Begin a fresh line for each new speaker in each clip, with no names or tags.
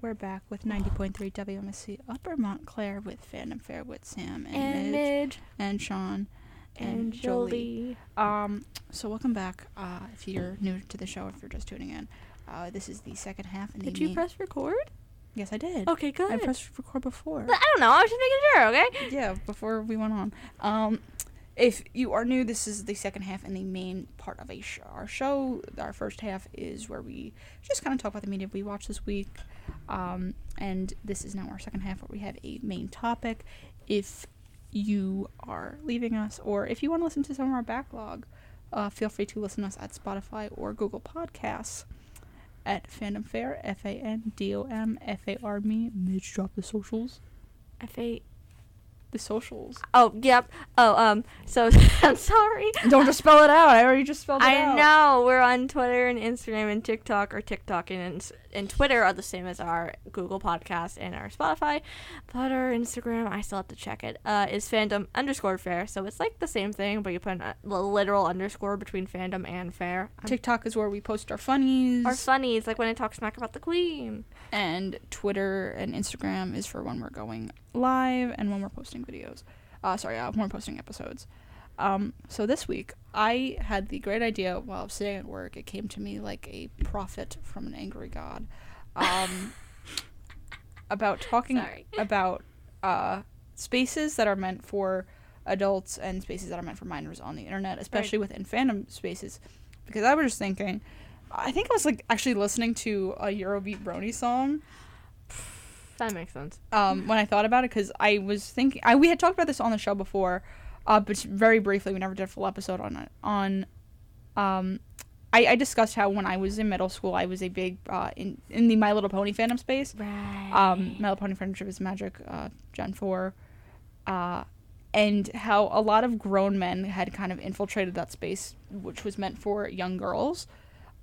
We're back with 90.3 WMSC Upper Montclair with Phantom Fair with Sam and, Midge
and Midge
and Sean and,
and
Jolie.
Jolie.
Um, so welcome back. Uh, if you're new to the show, if you're just tuning in, uh, this is the second half. And
Did
the
you
main-
press record?
Yes, I did.
Okay, good.
I pressed record before.
But I don't know. I was just making sure. Okay.
yeah, before we went on. Um, if you are new, this is the second half and the main part of a sh- our show. Our first half is where we just kind of talk about the media we watched this week. Um, and this is now our second half where we have a main topic. If you are leaving us, or if you want to listen to some of our backlog, uh, feel free to listen to us at Spotify or Google Podcasts at Fandom Fair, F A N D O M F A R Me. Midge drop the socials.
F eight.
The socials.
Oh, yep. Oh, um. So I'm sorry.
Don't just spell it out. I already just spelled it
I
out.
know we're on Twitter and Instagram and TikTok. Our TikTok and Ins- and Twitter are the same as our Google Podcast and our Spotify, but our Instagram I still have to check it. Uh, is fandom underscore fair, so it's like the same thing, but you put a literal underscore between fandom and fair. Um,
TikTok is where we post our funnies,
Our funnies, like when I talk smack about the queen.
and Twitter and Instagram is for when we're going live and when we're posting videos. Uh, sorry, uh, when we're posting episodes. Um, so this week, I had the great idea while I was sitting at work. It came to me like a prophet from an angry god um, about talking
Sorry.
about uh, spaces that are meant for adults and spaces that are meant for minors on the internet, especially within fandom spaces. Because I was just thinking, I think I was like actually listening to a Eurobeat Brony song
That makes sense.
um, when I thought about it because I was thinking I we had talked about this on the show before, uh, but very briefly. We never did a full episode on it. On, um, I, I discussed how when I was in middle school, I was a big uh, in in the My Little Pony fandom space.
Right.
Um, My Little Pony Friendship is Magic, uh, Gen Four, uh, and how a lot of grown men had kind of infiltrated that space, which was meant for young girls,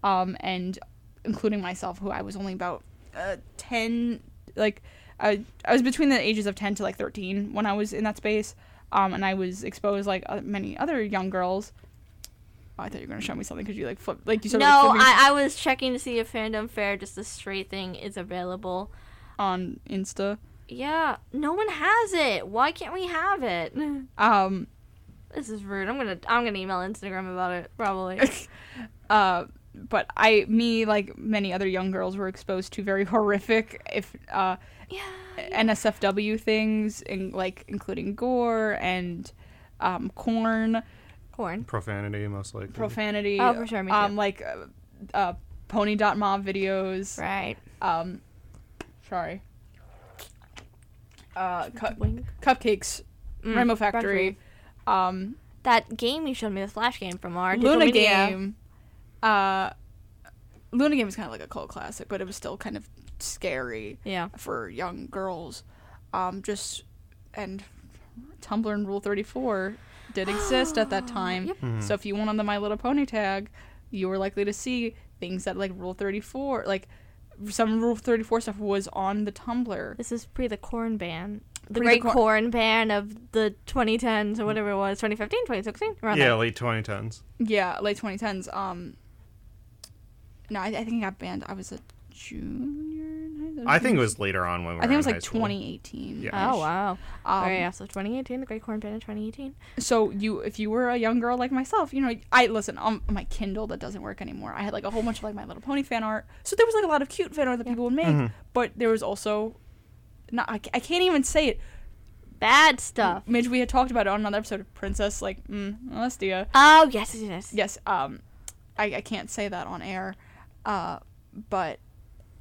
um, and including myself, who I was only about uh, ten, like I, I was between the ages of 10 to like 13 when I was in that space. Um, and I was exposed like uh, many other young girls. Oh, I thought you were going to show me something because you like flip, like you started like,
no,
flipping
I, I was checking to see if fandom fair, just the straight thing, is available.
on Insta.
Yeah, no one has it. Why can't we have it?
Um,
This is rude. I'm gonna I'm gonna email Instagram about it probably.
uh, but I, me, like many other young girls were exposed to very horrific, if, uh,
yeah.
NSFW things in like including gore and, um, corn,
Corn.
Profanity, most likely.
profanity.
Oh, for sure, me too.
Um, like, uh, uh, pony.mom videos.
Right.
um sorry uh cu-
Wink.
cupcakes
Mm,
rainbow factory um
That game you showed me, the Flash game from our digital
luna
media.
game uh luna game is kind of like a cult classic but it was still kind of scary
Yeah.
for young girls um just and tumblr and rule 34 did exist at that time
Yep.
Mhm.
so if you went on the my little pony tag you were likely to see things that like rule 34 like some rule 34 stuff was on the tumblr
This is pre the corn ban.
Pre
The
the
great
cor-
corn ban of the 2010s or whatever it was, 2015, 2016, around
yeah,
there.
late 2010s.
Yeah, late 2010s. Um, no, I, I think I got banned. I was a junior. in high-
I think it was later on when we
I
were
think it was
in
like
high school.
2018.
Yeah.
Oh wow!
Um,
All right, yeah. So 2018, the Great Corn Ban in 2018.
So you, if you were a young girl like myself, you know, I listen on my Kindle that doesn't work anymore. I had like a whole bunch of like My Little Pony fan art. So there was like a lot of cute fan art that people would make,
Mhm.
but there was also, not I, ca- I can't even say it.
Bad stuff.
Midge, we had talked about it on another episode of Princess, like mm, Alestia.
Oh yes, yes, yes.
yes um I, I can't say that on air uh but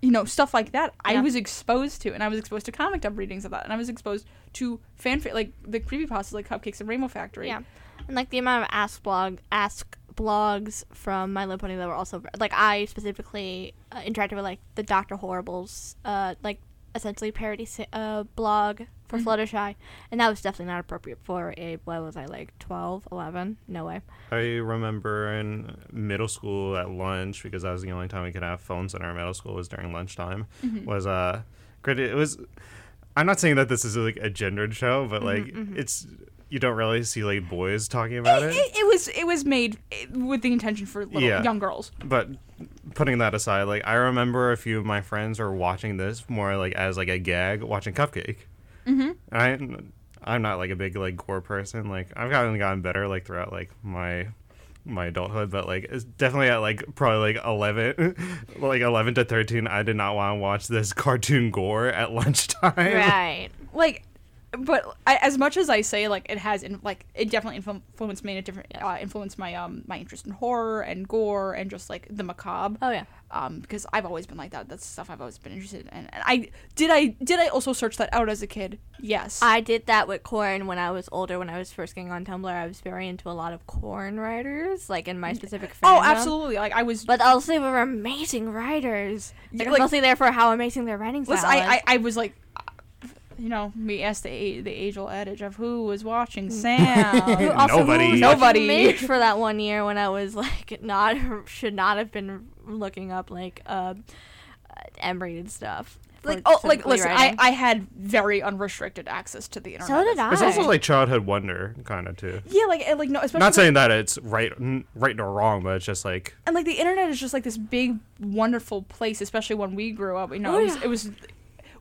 you know stuff like that i
Yeah.
was exposed to and i was exposed to comic dub readings of that and i was exposed to fanfic like the creepypastas like cupcakes and rainbow factory
Yeah, and like the amount of ask blog ask blogs from My Little Pony that were also like I specifically uh, interacted with like the Doctor Horrible's uh like essentially parody si- uh blog for Fluttershy, and that was definitely not appropriate for a what was I like 12, 11? No way.
I remember in middle school at lunch because that was the only time we could have phones in our middle school was during lunchtime.
Mm-hmm.
Was uh, granted, it was. I'm not saying that this is like a gendered show,
Mm-hmm,
but like it's you don't really see like boys talking about
It,
it,
it, it was it was made eh, with the intention for little,
Yeah.
young girls
but putting that aside, like I remember a few of my friends were watching this more like as like a gag, watching Cupcake. Mm-hmm. And I, I'm not like a big like gore person. Like I've gotten gotten better like throughout like my my adulthood, but like it's definitely at like probably like eleven, like eleven to thirteen. I did not want to watch this cartoon gore at lunchtime.
right.
like but I, as much as I say like it has in, like it definitely influ- influenced me in a different uh, influenced my um my interest in horror and gore and just like the macabre
Oh yeah.
um because I've always been like that that's stuff I've always been interested in and I did I did I also search that out as a kid yes
I did that with corn when I was older. When I was first getting on Tumblr, I was very into a lot of corn writers, like in my specific.
oh
fandom.
absolutely like I was
But also, they were amazing writers. Like,
like-
I'm mostly there for how amazing their writing style
listen I,
was.
I I was like uh, you know we asked the a- the age-old adage of who was watching
Mm.
Sam
Who
also,
Nobody.
who was
Nobody.
watching Midge for that one year when I was like not should not have been looking up like uh, M-rated stuff. for
like oh like
specifically
listen I
writing.
I had very unrestricted access to the internet
so did I.
It's also like childhood wonder kind of too.
yeah like and, like no especially
Not
like-
saying that it's right n- right nor wrong, but it's just like
and like the internet is just like this big wonderful place especially when we grew up you know
Oh,
it, was,
yeah.
it was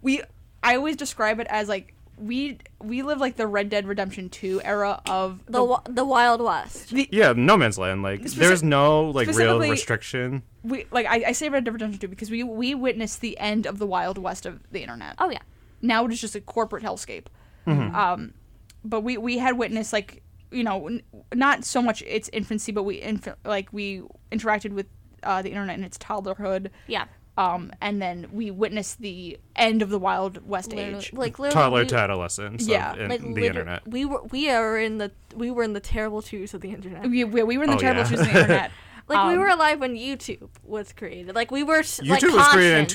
we i always describe it as like we we live like the red dead redemption 2 era of
the wa- the Wild West.
yeah, no man's land. Like
Speci-
there's no like real
specifically-
restriction.
we like I, I say red dead redemption 2 because we we witnessed the end of the wild west of the internet
Oh yeah.
now it is just a corporate hellscape.
Mm-hmm.
Um, but we we had witnessed like you know n- not so much its infancy, but we inf- like we interacted with uh, the internet in its toddlerhood.
Yeah.
Um, and then we witnessed the end of the Wild West
Literally-
age.
Like literally.
toddler
we-
to adolescence.
Yeah,
of, in,
like,
the
liter-
internet.
We were we are in the we were in the terrible twos of the internet.
we, we, we were in the
Oh,
terrible
yeah.
twos of the internet.
Like we
Um,
were alive when YouTube was created. Like we were s-
YouTube
like
was
conscious.
created in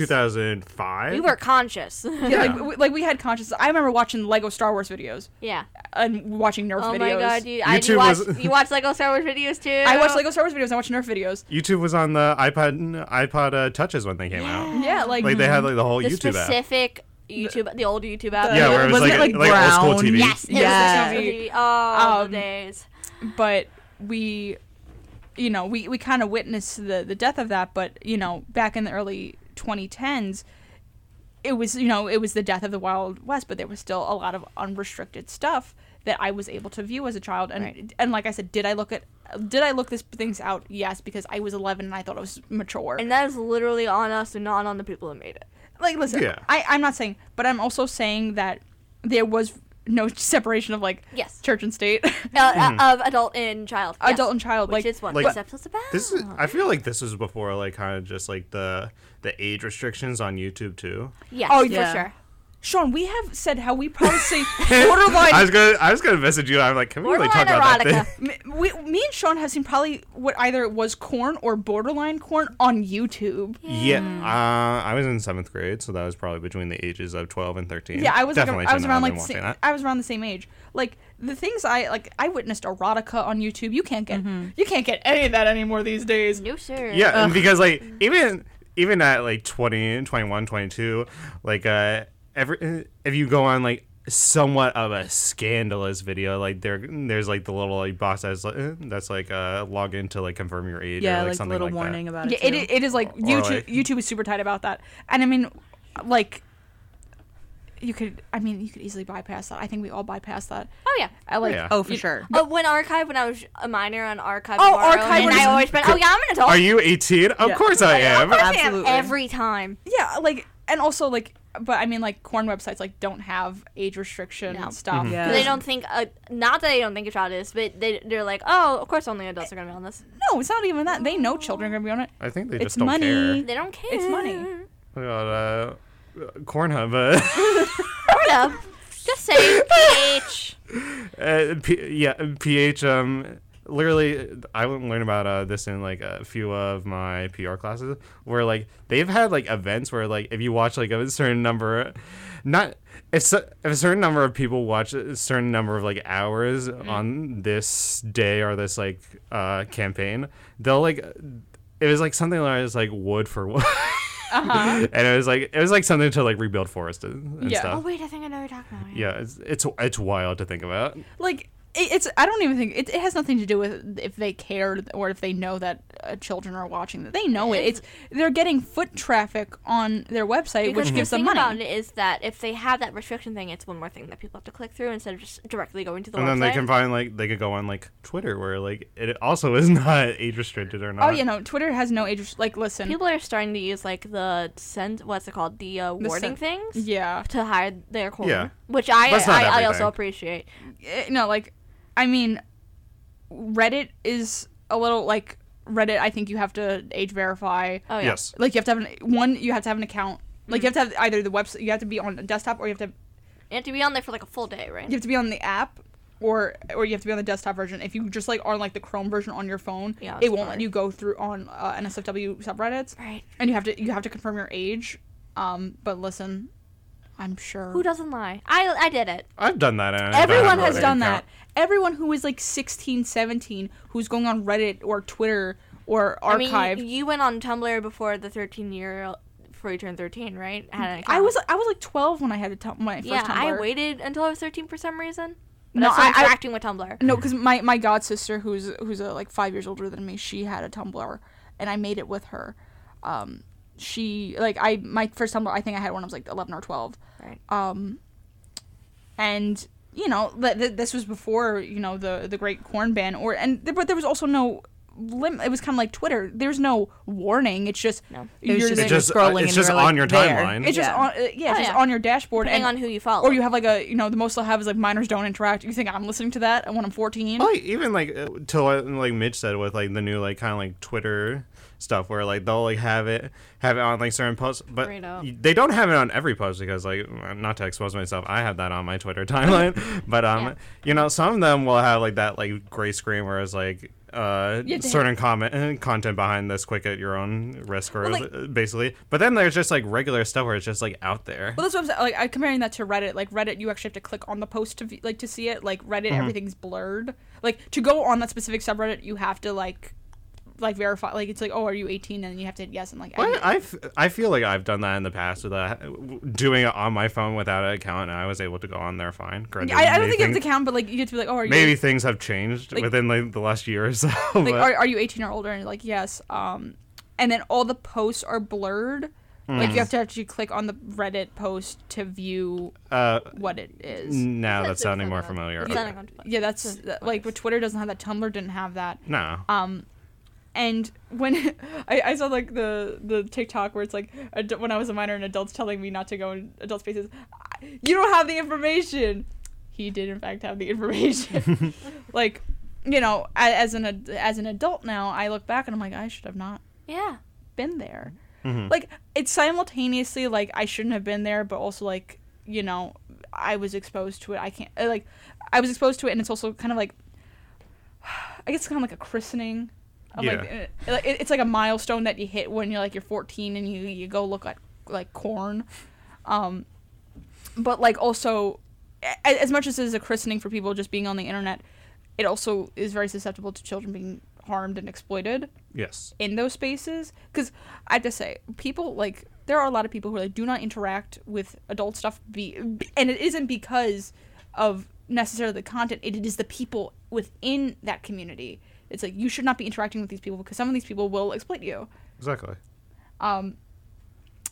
2005.
We were conscious.
Yeah, like we, like we had conscious. I remember watching Lego Star Wars videos
yeah.
and watching Nerf
Oh
videos.
my god, you, I,
YouTube
you watch
was-
you watch Lego Star Wars videos too.
I watched Lego Star Wars videos. I watched Nerf videos.
YouTube was on the iPod iPod uh, touches when they came out.
Yeah, like,
Like they had like the whole
the
YouTube app.
specific YouTube, the old YouTube app.
Yeah, where it was
Wasn't
like,
it,
like,
like, brown?
old school TV.
yes, it was
Yeah.
the TV. Oh,
Um,
the days.
but we you know we, we kind of witnessed the the death of that but you know back in the early 2010s it was you know it was the death of the wild west but there was still a lot of unrestricted stuff that i was able to view as a child and
Right.
and like i said did i look at did i look these things out yes because i was 11 and i thought i was mature
And that is literally on us and not on the people who made it.
like listen
Yeah.
I, i'm not saying but i'm also saying that there was no separation of like
Yes.
church and state
Uh, uh, of adult and child. yes,
adult and child like
Which is what
Hmm. like-
this episode's about.
This is. I feel like this was before like kind of just like the the age restrictions on YouTube too.
yes,
Oh,
oh,
yeah.
for sure.
Sean, we have said how we probably say borderline.
I was gonna I was gonna message you. I'm like, can we really talk
Borderline
about that
erotica.
thing?
M- we, me and Sean have seen probably what either it was corn or borderline corn on YouTube.
Yeah,
Hmm.
uh, I was in seventh grade, so that was probably between the ages of 12 and 13.
Yeah, I was like,
definitely
I was
shouldn't have
around like
been
the
watching
same,
that.
I was around the same age. Like the things I like, I witnessed erotica on YouTube. You can't get
Mm-hmm.
you can't get any of that anymore these days.
No, sir.
Yeah, and because like even even at like 20, 21, 22, like uh every if you go on like somewhat of a scandalous video like there there's like the little like box that's like eh, that's like uh log in to like confirm your age
yeah,
or like,
like, the
something
little
like
warning
that.
about
Yeah,
it.
it,
too.
i- it is like YouTube.
like-
YouTube is super tight about that, and I mean, like, you could. I mean, you could easily bypass that. I think we all bypass that.
Oh yeah.
I like.
Yeah.
oh, for sure.
Oh, when archive when I was a minor on archive.
Oh,
tomorrow,
Archive
And
was-
I always been. Oh yeah, I'm an adult.
Are you 18? Of
Yeah.
course I am.
I am
Absolutely.
every time.
yeah like and also like but i mean like corn websites like don't have age restriction
No.
stuff
Mhm.
'Cause
Yeah.
They don't think. Uh, not that they don't think a child is, but they they're like, oh, of course only adults are gonna be on this.
no it's not even that they know children are gonna be on it
I think they
It's
just don't
money.
They don't care.
It's money.
care. About, uh, Cornhub, uh,
Sort of. Just say pH.
uh, P- yeah, PH. Um, literally, I wouldn't learn about uh, this in like a few of my PR classes, where like they've had like events where like if you watch like a certain number, not if, so, if a certain number of people watch a certain number of like hours
Mm-hmm.
on this day or this like uh, campaign, they'll like it was like something like it was like wood for wood. and it was like it was like something to like rebuild forest and, and
Yeah.
Uh-huh. Oh
stuff.
wait, I think I know what you're talking about.
Yeah, it's, it's it's wild to think about.
like it, it's i don't even think it, it has nothing to do with if they cared or if they know that uh, children are watching that they know it. It's they're getting foot traffic on their website,
Because
which gives
the
them
thing
money.
about it is that if they have that restriction thing, it's one more thing that people have to click through instead of just directly going to the
and
website.
then they can find like they could go on like Twitter where like it also is not age restricted or not.
Oh yeah, no. Twitter has no age. rest- Like, listen.
people are starting to use like the send what's it called the uh,
The
warning
sen-
things
yeah.
to hide their corner,
Yeah.
which I
That's not
I, I
everything.
also appreciate.
Eh, No, like, I mean, Reddit is a little like Reddit. I think you have to age verify.
Oh yeah.
Yes.
Like, you have to have an one. You have to have an account. Like, you have to have either the website. You have to be on a desktop, or you have to
You have to be on there for like a full day, right?
you have to be on the app. Or, or you have to be on the desktop version. If you just like are on like the Chrome version on your phone,
Yeah,
it
it's
won't
hard.
let you go through on uh, NSFW subreddits,
Right.
and you have to you have to confirm your age. Um, but listen, I'm sure
Who doesn't lie? I I did it.
I've done that. And I don't
Everyone
have a
has
Reddit
done that.
account.
Everyone who is like 16, 17, who's going on Reddit or Twitter or
I mean,
archived. I,
you- you, went on Tumblr before the 13 year before you turned 13, right? Had an account.
was I was like 12 when I had a tum- my first
yeah.
Tumblr.
I waited until I was 13 for some reason. But
No,
no,
I-
I
I-
was interacting with Tumblr.
No, because my my god sister, who's who's uh like five years older than me, she had a Tumblr, and I made it with her. Um, she like I my first Tumblr, I think I had when I was like eleven or twelve.
Right.
Oh,
Um, and you know th- th- this was before you know the the great corn ban, or and th- but there was also no lim. It was kind of like Twitter. There's no warning. It's just
No.
you're
was
just,
just-
It's just
scrolling
it's
and
just
you're, like,
on your
there.
timeline.
it's just
Yeah.
on uh, yeah, it's
Oh,
just
yeah.
on your dashboard
Depending
and.
on who you follow.
or you have like a you know the most I'll have is like minors don't interact. You think I'm listening to that when I'm 14?
Well, like, even like uh, till uh, like Mitch said with like the new like kind of like Twitter stuff where like they'll like have it have it on like certain posts, but
Straight up.
y- they don't have it on every post because like not to expose myself, I have that on my Twitter timeline. but um,
Yeah.
you know, some of them will have like that like gray screen where it's like. Uh,
You have to
certain comment uh, content behind this quick at your own risk, or
Well, like-
uh, basically. But then there's just like regular stuff where it's just like out there.
Well, that's what I'm saying. Like, I'm comparing that to Reddit. Like, Reddit, you actually have to click on the post to v- like to see it. Like, Reddit, everything's blurred. Like, to go on that specific subreddit, you have to like, like verify. Like, it's like, oh, are you 18? And you have to hit yes and like.
Well,
edit.
I, I f- I feel like I've done that in the past with uh, doing it on my phone without an account, and I was able to go on there fine. Granted,
I, I don't
maybe
think you have to
things-
count, but like, you get to be like, oh, are you
Maybe things have changed
Like-
within like the last year or so. but-
like, are, are you 18 or older? And you're like, yes. Um, and then all the posts are blurred. Like, you have to actually click on the Reddit post to view
uh,
what it is.
now that's sounding more familiar.
It's
Okay.
sounding on-
Yeah, that's that, like, but Twitter doesn't have that. Tumblr didn't have that.
No.
Um, and when I, I saw like the the TikTok where it's like ad- when I was a minor and adults telling me not to go in adult spaces, "I- you don't have the information. He did in fact have the information. like, you know, a- as an ad- as an adult now, I look back and I'm like, I should have not
Yeah.
been there.
Mhm.
Like it's simultaneously like I shouldn't have been there, but also like you know I was exposed to it. I can't uh, like I was exposed to it, and it's also kind of like I guess kind of like a christening. Of, Like,
Yeah.
uh, like, it- it's like a milestone that you hit when you're like you're 14 and you you go look at like corn, um, but like also a- as much as it is a christening for people just being on the internet, it also is very susceptible to children being harmed and exploited
yes.
in those spaces because i have to say people like there are a lot of people who like do not interact with adult stuff be, and it isn't because of necessarily the content it is the people within that community it's like you should not be interacting with these people because some of these people will exploit you
Exactly.
um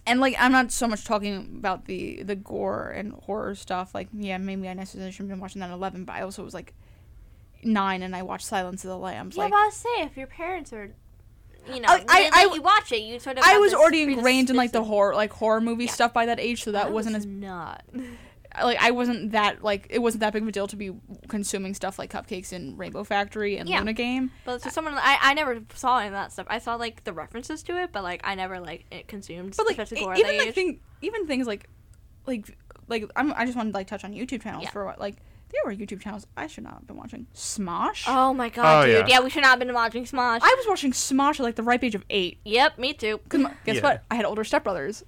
and like i'm not so much talking about the the gore and horror stuff like yeah maybe i necessarily shouldn't have been watching that at 11 but i also was like nine and i watched silence of the lambs
Yeah,
like
but I was saying if your parents are, you know,
I-
they
I-
let
I-
you watch it, you sort of.
I
have
was
this
already ingrained in like the
predisposition-
horror, like horror movie
Yeah. Oh,
stuff by that age, so that
I
wasn't
was
as
not.
like I wasn't that like it wasn't that big of a deal to be consuming stuff like cupcakes in Rainbow Factory and
Yeah.
Luna Game.
But for someone, I, I never saw any of that stuff. I saw like the references to it, but like I never like it consumed.
But like
especially
e-
horror
even
that
like
age.
thing, even things like like like I'm, I just wanted to like touch on YouTube channels
Yeah.
for what like there were YouTube channels I should not have been watching Smosh.
Oh my god,
Oh,
dude!
yeah.
Yeah. we should not have been watching Smosh.
I was watching Smosh at like the ripe age of eight.
yep, me too.
'Cause my- guess
Yeah.
what? I had older stepbrothers.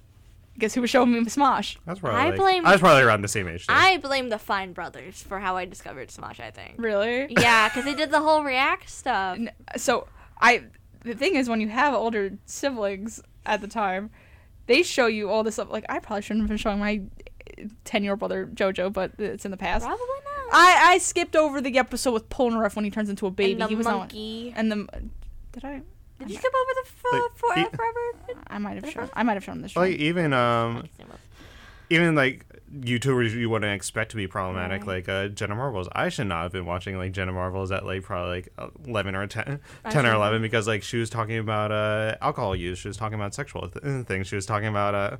Guess who was showing me Smosh?
That's probably.
I
like-
blame-
I was probably around the same age. Too.
I blame the Fine Brothers for how I discovered Smosh. I think.
Really?
yeah, because they did the whole React stuff.
N- so I the thing is when you have older siblings at the time, they show you all this stuff. Like I probably shouldn't have been showing my ten year old brother Jojo, but it's in the past.
Probably not.
I, I skipped over the episode with Polnareff when he turns into a baby.
and the
he was not-
monkey.
and the did I
Did you come over the fo-
Like,
for-
e-
forever?
I might have shown. I might have shown this.
Like
show.
even um
Well,
even like YouTubers you wouldn't expect to be problematic,
Right.
like uh, Jenna Marbles. I should not have been watching like Jenna Marbles at like probably like eleven or 10,
I
10 or
should
eleven
have.
because like she was talking about uh, alcohol use, she was talking about sexual th- things, she was talking about uh,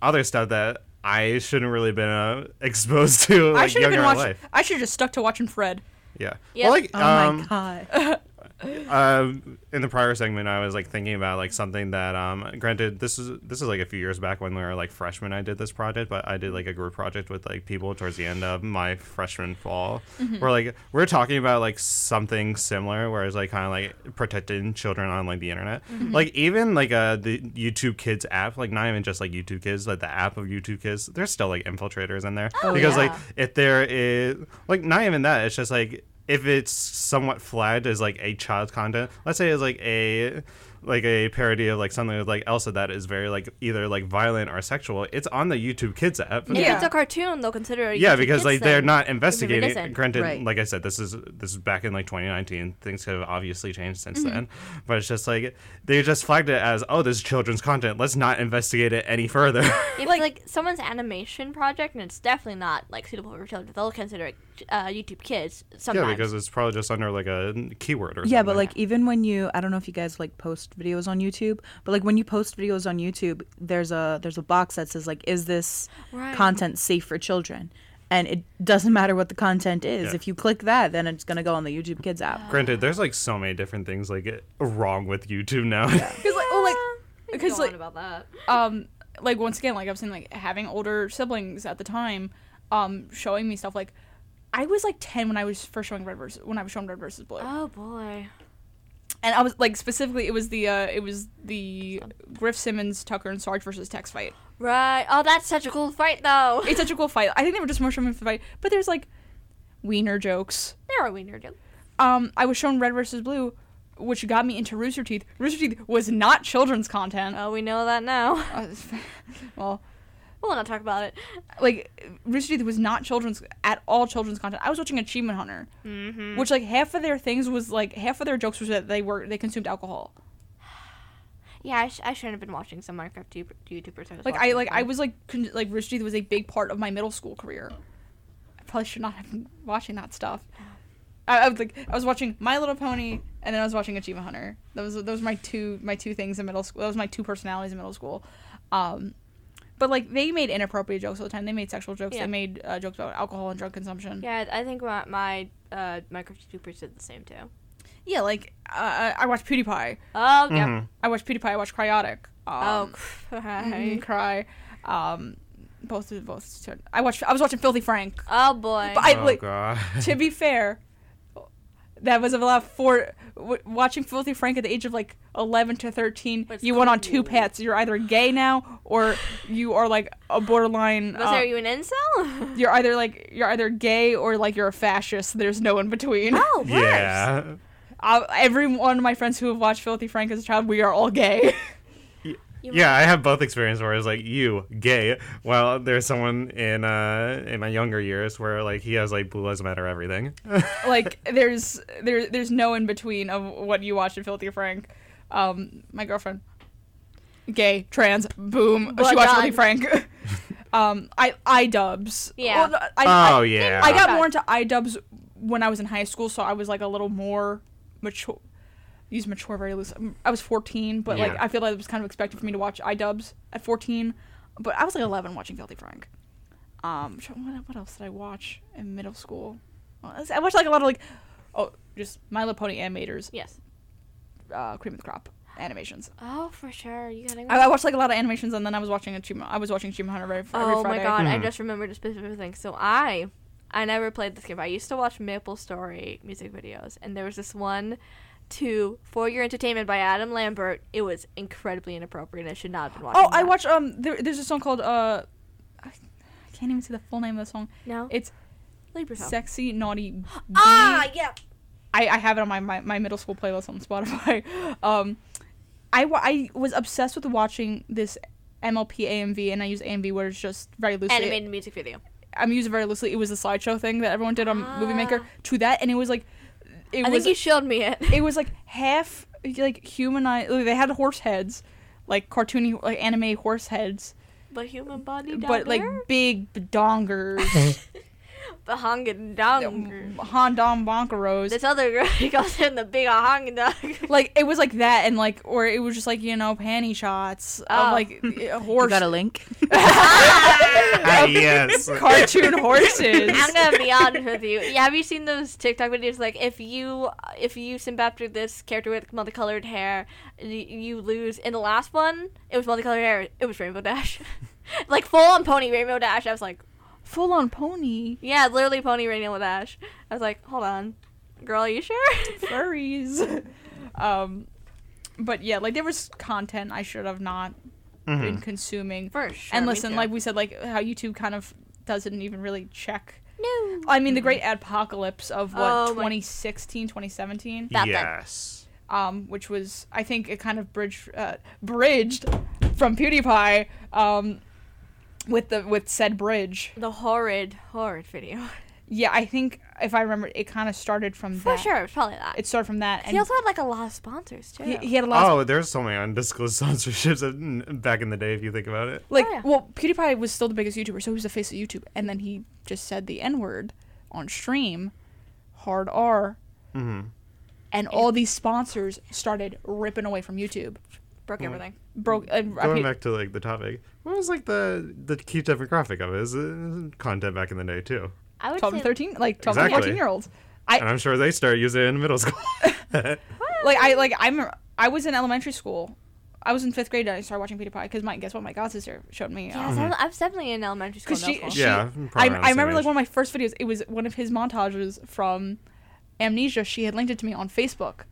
other stuff that I shouldn't really been uh, exposed to
I
like
should have
younger
been
in
watching.
life.
I should have just stuck to watching Fred.
Yeah.
Yeah.
Well, like
Oh
um,
my god.
um, in the prior segment, I was like thinking about like something that, um, granted, this is this is like a few years back when we were like freshmen. I did this project, but I did like a group project with like people towards the end of my freshman fall, where like we're talking about like something similar, where it's like kind of like protecting children on like the internet, like even like uh the YouTube Kids app, like not even just like YouTube Kids, like the app of YouTube Kids, there's still like infiltrators in there because like
yeah.
if there is like not even that it's just like if it's somewhat flagged as like a child content let's say it's like a like a parody of like something with like elsa that is very like either like violent or sexual it's on the youtube kids app
If
Yeah.
it's a cartoon, they'll consider it. a
yeah
YouTube
because
Kids
like they're
thing.
not
isn't.
investigating granted
Right.
like i said this is this is back in like 2019 things have obviously changed since
Mm-hmm.
then but it's just like they just flagged it as oh this is children's content let's not investigate it any further
If like, someone's animation project and it's definitely not like suitable for children, they'll consider it uh, YouTube Kids sometimes.
yeah because it's probably just under like a keyword or
Yeah,
something.
but like even when you I don't know if you guys like post videos on YouTube, but like when you post videos on YouTube, there's a there's a box that says like is this
Right.
content safe for children? And it doesn't matter what the content is.
Yeah.
If you click that, then it's going to go on the YouTube Kids app.
Granted, there's like so many different things like wrong with YouTube now.
Because like, oh, like,
I
because
go
like,
on about that.
um like once again like i was saying like having older siblings at the time um showing me stuff like i was like 10 when i was first showing red versus when i was showing red versus blue
Oh boy.
and i was like specifically it was the uh it was the griff simmons tucker and sarge versus tex fight
Right. Oh, that's such a cool fight though.
it's such a cool fight i think they were just more showing me for the fight but there's like wiener jokes
There are wiener jokes.
um i was shown red versus blue which got me into rooster teeth rooster teeth was not children's content
Oh, we know that now.
Uh, well
We'll not talk about it.
like Rooster Teeth was not children's at all children's content. I was watching Achievement Hunter, which like half of their things was like half of their jokes was that they were they consumed alcohol.
Yeah, I, sh- I should have been watching some Minecraft tu- YouTubers. was
Like I
watching
like I
before.
was like con- like Rooster Teeth was a big part of my middle school career. I probably should not have been watching that stuff. I, I was like I was watching My Little Pony and then I was watching Achievement Hunter. Those those were my two my two things in middle school. That was my two personalities in middle school. Um, but like they made inappropriate jokes all the time. They made sexual jokes.
Yeah.
They made uh, jokes about alcohol and drug consumption.
Yeah, I think my, my uh, Minecraft YouTubers did the same too.
Yeah, like uh, I watch PewDiePie.
Oh, yeah.
Mhm.
I watch PewDiePie. I watch Cryotic.
Oh,
Um,
cry.
Cry. Um, both of both. I watched. I was watching Filthy Frank.
Oh boy.
But I
oh
like.
god.
To be fair, that was about four. W- watching Filthy Frank at the age of like eleven to thirteen,
But it's
you went on
cool.
two paths. You're either gay now, or you are like a borderline.
Was
uh,
there you an incel?
you're either like you're either gay or like you're a fascist. There's no in between.
oh, worse.
yeah.
Uh, every one of my friends who have watched Filthy Frank as a child, we are all gay.
Yeah, I have both experiences where it's like you gay. Well, there's someone in uh in my younger years where like he has like blue lives matter everything.
Oh, like there's there there's no in between of what you watch in Filthy Frank. Um, my girlfriend, gay, trans, boom.
Well
she watched
done.
Filthy Frank. um, I I dubs.
Yeah.
Well, I,
oh
I,
yeah.
I got
God.
more into I dubs when I was in high school, so I was like a little more mature. Use mature very loose. Um, I was 14, but like
Yeah.
I feel like it was kind of expected for me to watch I dubs at 14, but I was like 11 watching Filthy Frank. Um, tr- what, what else did I watch in middle school? Well, I s- I watched like a lot of like, oh, just My Little Pony animators,
Yes.
uh, Cream of the Crop animations.
Oh, for sure. You gotta go.
I, I watched like a lot of animations, and then I was watching Achievement. I was watching Achievement Hunter every, fr- every
oh
Friday.
my god, I
Mhm.
just remembered a specific thing. So I, I never played this game. I used to watch Maple Story music videos, and there was this one to For Your Entertainment by Adam Lambert. It was incredibly inappropriate. and I should not have been watching.
Oh, I
that.
watch um. There, there's a song called uh, I, I can't even say the full name of the song.
No,
It's
leave yourself.
sexy naughty. Bee.
ah, yeah.
I, I have it on my, my, my middle school playlist on Spotify. Um, I, wa- I was obsessed with watching this MLP AMV, and I use AMV where it's just very loosely.
Animated music video.
I'm using very loosely. It was a slideshow thing that everyone did on Movie Maker
Ah.
to that, and it was like, it
I
was
think you showed me it.
it was like half. like humanized. Like, they had horse heads, like cartoony, like anime horse heads,
But human body down
but
there?
like big dongers, um,
the honking dong.
Hondom bonkeros.
This other girl he goes in the big honking dog.
like it was like that, and like, or it was just like you know panty shots of
Oh.
like a
You
horse,
got a link?
Ah, yes.
cartoon horses.
I'm gonna be honest with you. Yeah, have you seen those TikTok videos? Like, if you if you simp after this character with multicolored hair, you, you lose. In the last one, it was multicolored hair. It was Rainbow Dash, like full on pony Rainbow Dash. I was like,
Full on pony
yeah, literally pony Rainbow Dash. I was like, hold on, girl, are you sure?
furries. um, but yeah, like there was content I should have not been
Mhm.
consuming.
For sure.
and
me
listen,
too.
like we said, like how YouTube kind of doesn't even really check.
no.
I mean, the great apocalypse of what
Oh my-
2016, 2017,
That- that-
yes.
um, which was I think it kind of bridged uh, bridged from PewDiePie um, with the with said bridge.
The horrid, horrid video.
Yeah, I think if I remember, it kind of started from
For
that.
sure, it was probably that.
It started from that, and
he also had like a lot of sponsors too.
he, he had a lot. of
Oh, there's so many undisclosed sponsorships of- back in the day if you think about it.
Like,
Oh, yeah.
well, PewDiePie was still the biggest YouTuber, so he was the face of YouTube, and then he just said the N word on stream, hard R,
Mm-hmm.
and all these sponsors started ripping away from YouTube.
Broke everything.
Broke. Uh,
Going back to like the topic, what was like the the key demographic of it? Is it content back in the day too?
I would
twelve and
say
thirteen, like twelve and
Exactly.
fourteen year olds. I-
and I'm sure they started using it in middle school.
Like I like I'm I was in elementary school. I was in fifth grade and I started watching PewDiePie because my guess what my god sister showed me.
Yes,
um,
I, was, I was definitely in elementary school.
Cause
middle
she-
school.
she- I,
yeah, probably around the
I
same
remember like
age.
one of my first videos. It was one of his montages from Amnesia. She had linked it to me on Facebook.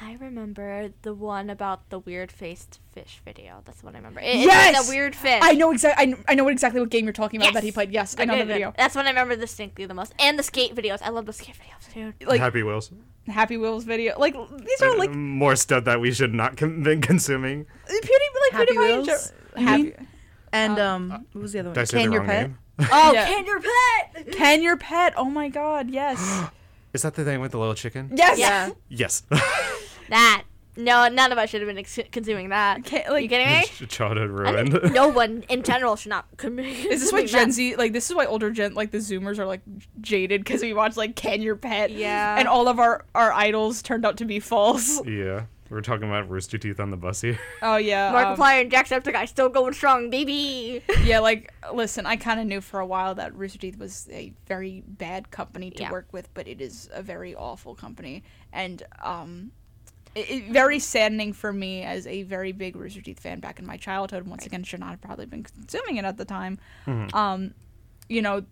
I remember the one about the weird faced fish video. That's what I remember. It- it's
Yes!
the weird fish.
I know exactly. I, kn- I know what exactly what game you're talking about that he
Yes.
played. Yes, I
Th-
know the
th- th-
video.
That's what I remember distinctly the most. And the skate videos. I love those skate videos, dude.
Like
Happy Wheels.
Happy Wheels video. Like these are like
Uh, more stuff that we should not con- been consuming.
PewDiePie. Like
Happy
PewDiePie
Wheels?
jo-
You
Happy.
And um, what was the other one?
Uh, Did I say the wrong name?
Oh,
Yeah.
can,
Can your pet?
can your pet? Oh my God! Yes.
Is that the thing with the little chicken?
yes.
Yeah.
Yes.
that. No, none of us should have been ex- consuming that.
Can't- like-
you kidding me?
Childhood
I think
ruined.
no one in general should not con-
Is this
consuming
why Gen
that.
Z like? This is why older Gen like the Zoomers are like jaded because we watch like Can Your Pet?
Yeah.
And all of our our idols turned out to be false.
yeah, we were talking about Rooster Teeth on the bus here.
Oh yeah. um,
Markiplier and Jacksepticeye still going strong, baby.
yeah, like listen, I kind of knew for a while that Rooster Teeth was a very bad company to
Yeah.
work with, but it is a very awful company, and um, it, it- very saddening for me as a very big Rooster Teeth fan back in my childhood. Once again, should not have probably been consuming it at the time. Um, you know,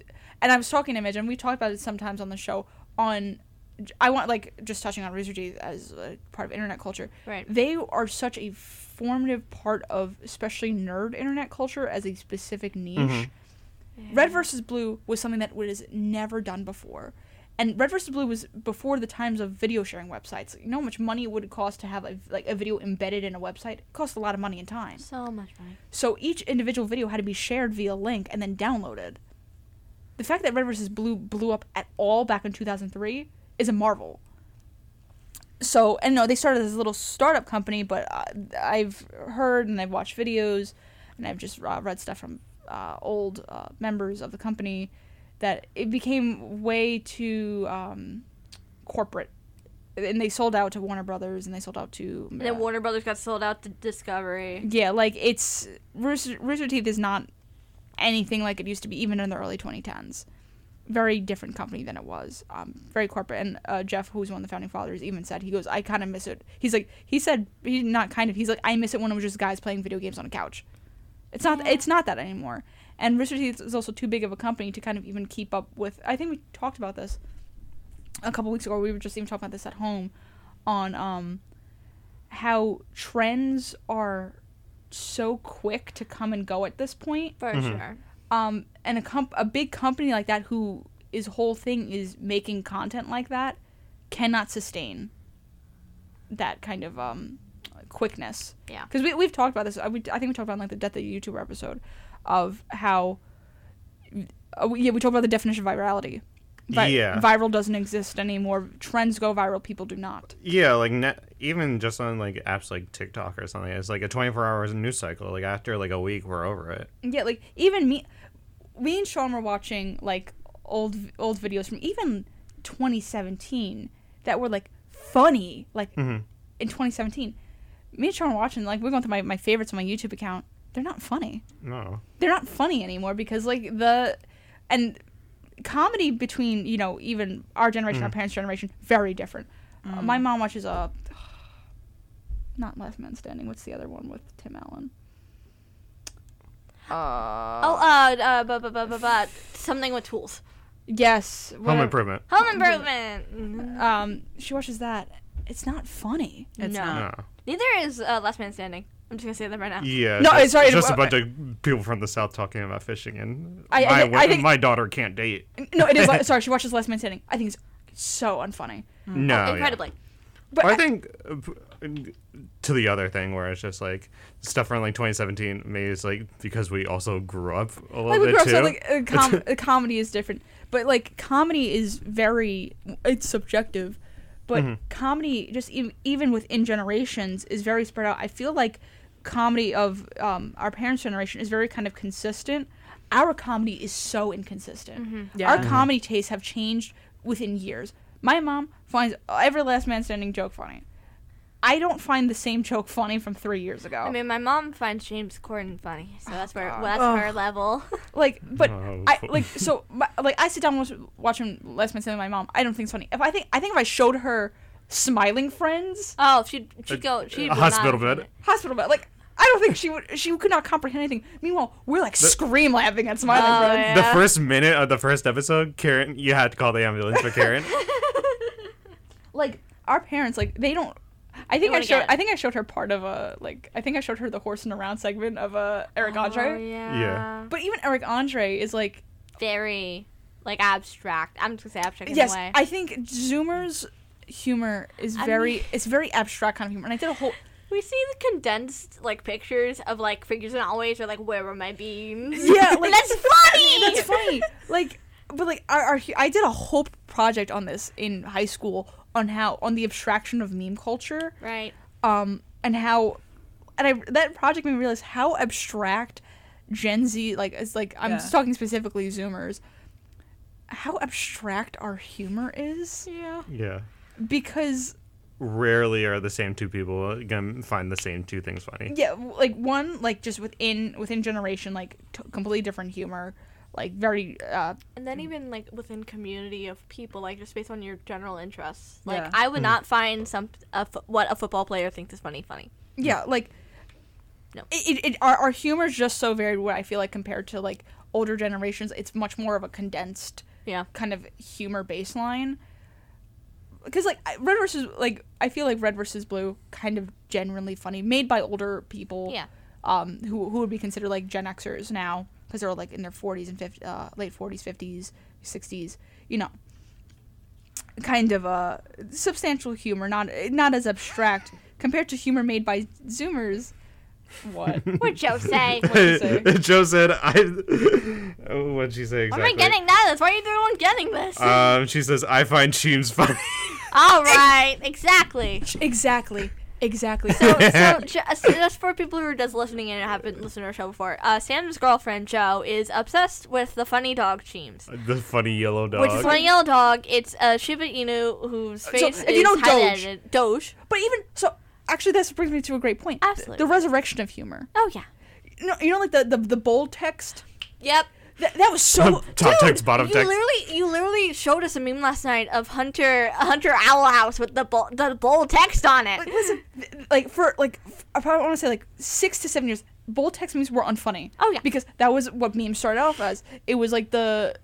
and I was talking to Midge, and we talk about it sometimes on the show. On, I want like just touching on Rooster Teeth as a part of internet culture
Right.
they are such a formative part of especially nerd internet culture as a specific niche. Red versus Blue was something that was never done before. And Red versus Blue was before the times of video sharing websites. You know how much money it would cost to have a, like a video embedded in a website? It cost a lot of money and time.
So much money.
So each individual video had to be shared via link and then downloaded. The fact that Red vs. Blue blew up at all back in 2003 is a marvel. So, and no, they started this little startup company, but uh, I've heard and I've watched videos and I've just uh, read stuff from uh, old uh, members of the company that it became way too um, corporate. And they sold out to Warner Brothers and they sold out to.
And
uh,
then Warner Brothers got sold out to Discovery.
yeah, like it's Rooster, Rooster Teeth is not anything like it used to be, even in the early 2010s. Very different company than it was. Um, very corporate. And uh, Jeff, who's one of the founding fathers, even said he goes, "I kind of miss it." He's like, he said, he not kind of. He's like, "I miss it when it was just guys playing video games on a couch." It's not. It's not that anymore. And Rooster Teeth is also too big of a company to kind of even keep up with. I think we talked about this a couple weeks ago. We were just even talking about this at home on um, how trends are so quick to come and go at this point.
For sure.
Um, and a comp- a big company like that, who is whole thing is making content like that, cannot sustain that kind of um, quickness.
Yeah.
Because we we've talked about this. I, we, I think we talked about it in, like the death of a YouTuber episode of how. Uh, we- yeah, we talked about the definition of virality But
Yeah.
viral doesn't exist anymore. Trends go viral, people do not.
Yeah, like net, even just on like apps like TikTok or something, it's like a 24 hours news cycle. Like after like a week, we're over it.
Yeah, like even me, me and Sean were watching like old old videos from even 2017 that were like funny, like in 2017. Me and Sean were watching like we went to my my favorites on my YouTube account. They're not funny.
No.
They're not funny anymore because like the and comedy between you know even our generation, our parents' generation, very different. Uh, my mom watches uh not Last Man Standing. What's the other one with Tim Allen? Uh,
Oh, uh, uh, but, but, but, but, but, something with tools. Mm-hmm.
Yes.
Home
whatever.
improvement.
Home improvement.
Um, she watches that. It's not funny.
It's
no.
not.
No.
Neither is uh, Last Man Standing. I'm just gonna say that right now.
Yeah.
No,
just,
sorry,
Just a
uh,
bunch of people from the south talking about fishing, and
I- I
my,
thi- I
wo-
think-
my daughter can't date.
No, it is. like- sorry, she watches Last Man Standing. I think it's so unfunny.
No. yeah.
Incredibly.
But
I think uh, p- to the other thing where it's just like stuff around like 2017. Maybe it's like because we also grew up a little
like we
bit
grew up,
too.
so like uh, com- uh, comedy is different. But like comedy is very it's subjective. But
Mm-hmm.
comedy, just ev- even within generations, is very spread out. I feel like comedy of um, our parents' generation is very kind of consistent. Our comedy is so inconsistent. Our
Yeah.
Mm-hmm.
Mhm.
comedy tastes have changed within years. My mom finds every last man standing joke funny. I don't find the same joke funny from three years ago.
I mean, my mom finds James Corden funny, so that's where
God.
well, that's her level.
like but
Oh,
I
fu-
like so my, like I sit down watch, watching Last Man Standing with my mom. I don't think it's funny. If I think I think if I showed her Smiling Friends
oh, she'd she'd go she
a hospital bed.
Hospital Bed, like I don't think she would she could not comprehend anything. Meanwhile, we're like scream laughing at Smiling
Oh,
Friends.
yeah.
The first minute of the first episode, Karen, you had to call the ambulance for Karen.
Like our parents like they don't I think I
wanna
showed
get it.
I think I showed her part of a like I think I showed her the horsing around segment of a Eric
Oh,
Andre.
yeah.
Yeah.
But even Eric Andre is like
Very like abstract. I'm just gonna say abstract in
yes,
a way.
I think Zoomers humor is
I
very
mean-
it's very abstract kind of humor. And I did a whole
we see the condensed like pictures of like figures and always are like where were my beams?
Yeah, like-
and that's funny.
That's funny. Like, but like, our, our, I did a whole project on this in high school on how on the abstraction of meme culture,
Right.
um, and how, and I that project made me realize how abstract Gen Z like is. Like, I'm
Yeah.
just talking specifically Zoomers. How abstract our humor is,
Yeah.
Yeah.
because
Rarely are the same two people gonna find the same two things funny.
yeah w- like one like just within within generation like t- completely different humor like very uh
And then even like within community of people, like just based on your general interests, like
Yeah.
I would not find some a fo- what a football player thinks is funny funny.
Yeah, like
No.
It, it, it our our humor is just so varied. What I feel like compared to like older generations, it's much more of a condensed
Yeah,
kind of humor baseline. Because like I- red versus like I feel like red versus blue kind of generally funny, made by older people.
Yeah.
Um, who who would be considered like Gen Xers now because they're like in their forties and 50, uh, late forties, fifties, sixties. You know. Kind of a substantial humor, not not as abstract compared to humor made by Zoomers. What?
what Joe say?
What did you say?
Joe said, "I." Oh, What'd she say
Why
exactly?
am I getting that? That's why you're the one getting this.
Um, she says, "I find Cheems funny."
All right, exactly.
exactly. Exactly.
So, so ju- uh, so just for people who are just listening in and haven't listened to our show before, uh, Sam's girlfriend Joe is obsessed with the funny dog Cheems.
the funny yellow dog.
Which is
It's one yellow dog. It's a Shiba Inu whose face
if
is
you know Doge-
highlighted. Doge.
But even so, actually, this brings me to a great point.
Absolutely.
the resurrection of humor.
Oh yeah.
You know, you know, like the the, the bold text.
Yep.
That, that was so.
Top text, bottom
you
text.
literally, you literally showed us a meme last night of Hunter, Hunter Owl House with the bol- the bold text on it.
like, listen, th- th- like for like f- I probably want to say like six to seven years, bold text memes were unfunny.
Oh, yeah.
because that was what memes started off as. It was like the,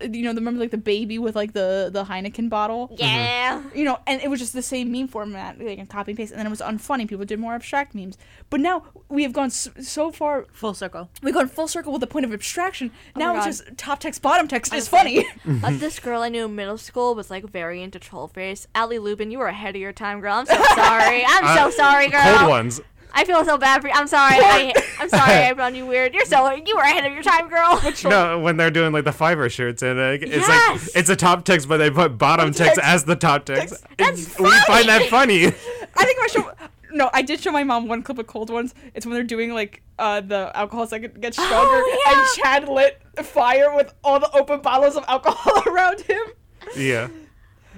you know, remember like the baby with like the the Heineken bottle.
yeah.
Mm-hmm.
you know, and it was just the same meme format, like and copy and paste, and then it was unfunny. People did more abstract memes, but now we have gone s so far
Full circle.
we've gone full circle with the point of abstraction. now
Oh my
it's just top text, bottom text is
Honestly.
funny.
Uh,
Mm-hmm.
this girl I knew in middle school was like very into troll face. Allie Lubin, you were ahead of your time, girl. I'm so sorry. I'm so
Uh,
sorry, girl.
Cold ones.
I feel so bad for you. I'm sorry. I, I'm sorry. I found you weird. You're so you were ahead of your time, girl.
No, when they're doing like the fiber shirts and like, it's
Yes!
like it's a top text, but they put bottom text,
text.
as the top text.
That's
we find that funny.
I think I show. No, I did show my mom one clip of Cold Ones. It's when they're doing like uh, the alcohol second gets stronger,
Oh,
and Chad lit the fire with all the open bottles of alcohol around him.
yeah,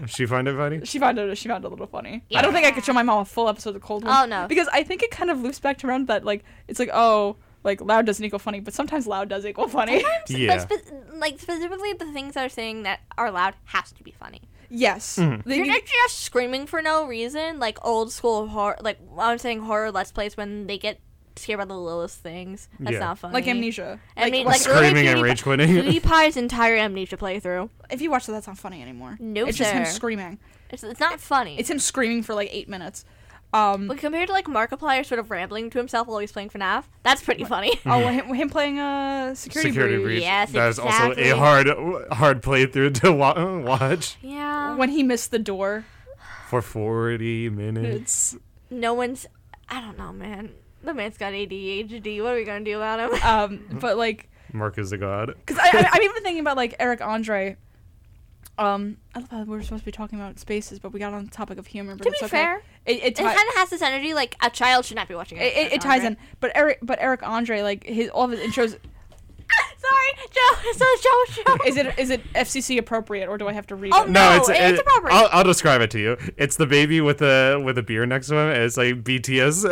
she find it funny.
She found it. She found it a little funny. I don't think I could show my mom a full episode of Cold Ones.
Oh, no.
because I think it kind of loops back to around that like it's like oh like loud doesn't equal funny, but sometimes loud does equal funny.
Yeah,
But spe- like specifically, the things that are saying that are loud has to be funny.
yes, They-
You're not just screaming for no reason, like old school horror. Like I'm saying, horror let's plays when they get scared by the lowest things. That's
Yeah.
not funny.
like amnesia.
I mean,
what-
like
screaming and
literally
rage quitting.
PewDiePie- PewDiePie's entire amnesia playthrough.
if you watch that, that's not funny anymore.
Nope,
it's just him
sir.
screaming.
It's, it's not funny.
It's him screaming for like eight minutes. Um,
but compared to like Markiplier sort of rambling to himself while he's playing FNAF, that's pretty funny.
Oh, him, him playing uh, security,
Security
breach.
breach.
Yes,
that is
exactly.
also a hard, hard playthrough to wa- watch
yeah.
When he missed the door.
for forty minutes.
no one's. I don't know, man. The man's got ADHD. What are we gonna do about him?
Um, but like,
Mark is a god.
cause I, I, I'm even thinking about like Eric Andre. Um, I love how we're supposed to be talking about spaces, but we got on the topic of humor. But
To
it's
be
okay.
fair,
it it,
it
ti-
kind of has this energy like a child should not be watching
it, it, it ties in. But Eric, but Eric Andre, like his all of his intros,
Sorry, Joe. So Joe, Joe.
is it is it FCC appropriate or do I have to read
Oh,
it?
No,
it's
it- it's appropriate.
I'll, I'll describe it to you. It's the baby with a with a beer next to him. and It's like BTS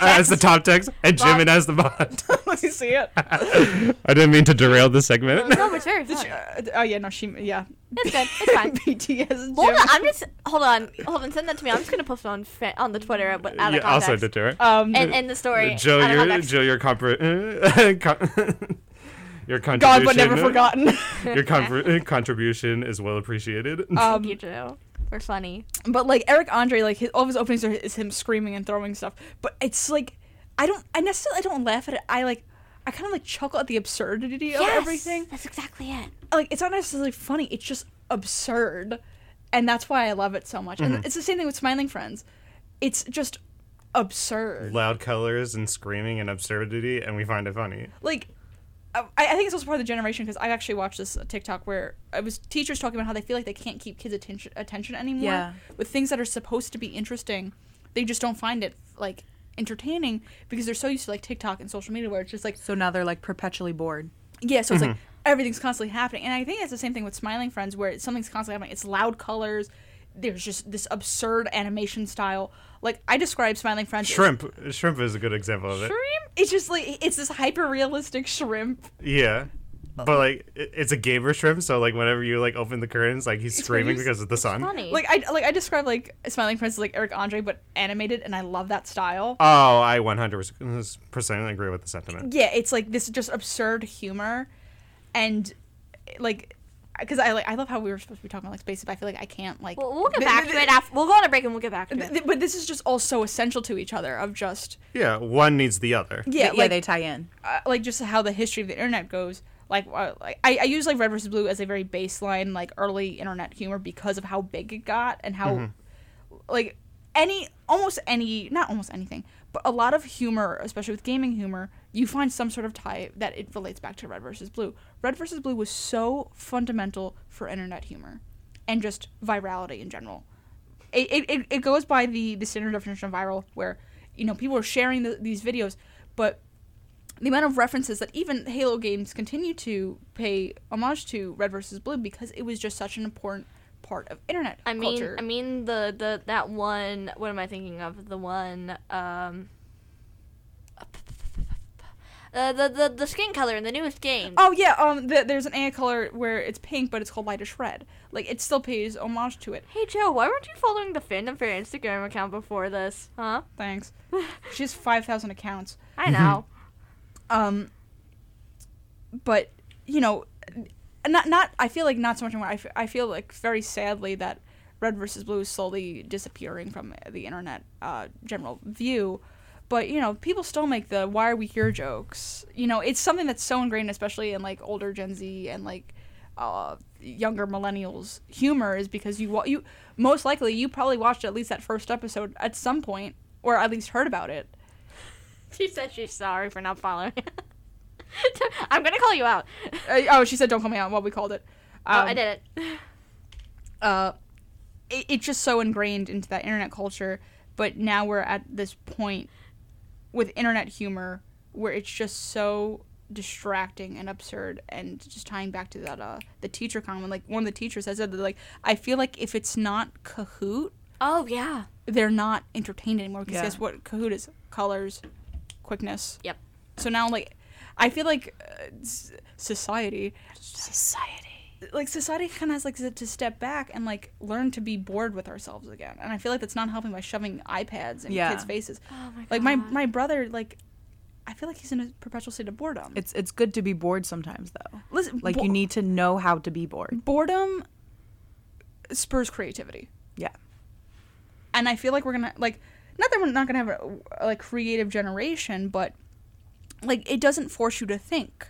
as the top text and
Bob-
Jimin as the bot.
Let me see it.
I didn't mean to derail the segment.
No, but it's very funny.
Uh, oh yeah, no, she yeah.
It's good. It's fine.
BTS.
Hold on,
Jim.
I'm just hold on, hold on. Send that to me. I'm just gonna post it on fa- on the Twitter out of
yeah,
context.
I'll send it to her.
Um,
and, and the story.
Joe,
out of
your
context.
Joe, your compre- con- your contribution.
God, but never forgotten.
Your compre- contribution is well appreciated.
um,
Thank you, Joe. We're funny.
But like Eric Andre, like his, all of his openings are is him screaming and throwing stuff. But it's like I don't, I necessarily I don't laugh at it. I like, I kind of like chuckle at the absurdity of everything.
That's exactly it.
Like it's not necessarily funny. It's just absurd, and that's why I love it so much. And it's the same thing with Smiling Friends. It's just absurd.
Loud colors and screaming and absurdity, and we find it funny.
Like. uh, I, I think it's also part of the generation because I actually watched this uh, TikTok where it was teachers talking about how they feel like they can't keep kids' attention attention anymore
Yeah.
with things that are supposed to be interesting. They just don't find it like entertaining because they're so used to like TikTok and social media where it's just like
So now they're like perpetually bored.
yeah, so it's like everything's constantly happening. And I think that's the same thing with Smiling Friends where it's, something's constantly happening. It's loud colors. There's just this absurd animation style. Like I describe Smiling Friends as-
Shrimp, shrimp is a good example of it.
Shrimp. It's just like it's this hyper realistic shrimp.
Yeah.
Oh.
But like it- it's a gamer shrimp, so like whenever you like open the curtains, like he's screaming
he's-
because of the sun.
Funny.
Like I like I describe like Smiling Friends as like Eric Andre but animated, and I love that style.
Oh, I 100% agree with the sentiment.
yeah, it's like this just absurd humor, and like, because I like I love how we were supposed to be talking about like spaces, but I feel like I can't like.
Well, we'll get
th-
back
th-
to it after. We'll go on a break and we'll get back to
th-
it.
th- but this is just all so essential to each other of just
Yeah, one needs the other.
yeah,
But
like
they tie in.
uh, like just how the history of the internet goes. Like, uh, like I, I use like Red versus Blue as a very baseline like early internet humor because of how big it got and how like any almost any not almost anything but a lot of humor especially with gaming humor you find some sort of tie that it relates back to red versus blue red versus blue was so fundamental for internet humor and just virality in general it, it, it, it goes by the, the standard definition of viral where you know people are sharing the, these videos but the amount of references that even halo games continue to pay homage to red versus blue because it was just such an important part of internet
I mean,
culture.
I mean the the that one. What am I thinking of? The one. Um, uh, the the the skin color in the newest game.
Oh yeah, um, th there's an AI color where it's pink, but it's called lightish red. Like it still pays homage to it.
Hey Joe, why weren't you following the fandom for your Instagram account before this? Huh?
Thanks. she has five thousand accounts.
I know.
Mm-hmm. Um, but you know, not not. I feel like not so much anymore. I, f- I feel like very sadly that red versus blue is slowly disappearing from the internet uh, general view. But you know, people still make the "why are we here" jokes. You know, it's something that's so ingrained, especially in like older Gen Z and like uh, younger millennials humor is because you wa- you most likely you probably watched at least that first episode at some point or at least heard about it
She said she's sorry for not following. I'm gonna call you out.
Uh, oh, she said don't call me out. What we called it.
oh,
Um,
I did it.
uh, it, it's just so ingrained into that internet culture. But now we're at this point with internet humor where it's just so distracting and absurd and just tying back to that uh the teacher comment like one of the teachers has said that, like i feel like if it's not kahoot
Oh yeah.
they're not entertained anymore because
Yeah.
guess what kahoot is colors quickness
Yep.
so now like i feel like uh, s- society
Society.
like society kind of has like to step back and like learn to be bored with ourselves again and i feel like that's not helping by shoving ipads in
Yeah.
kids faces
Oh my god.
like my my brother like i feel like he's in a perpetual state of boredom
It's it's good to be bored sometimes though.
listen
Like
bo-
you need to know how to be bored.
boredom spurs creativity
Yeah.
and i feel like we're gonna like not that we're not gonna have a, a like creative generation but like it doesn't force you to think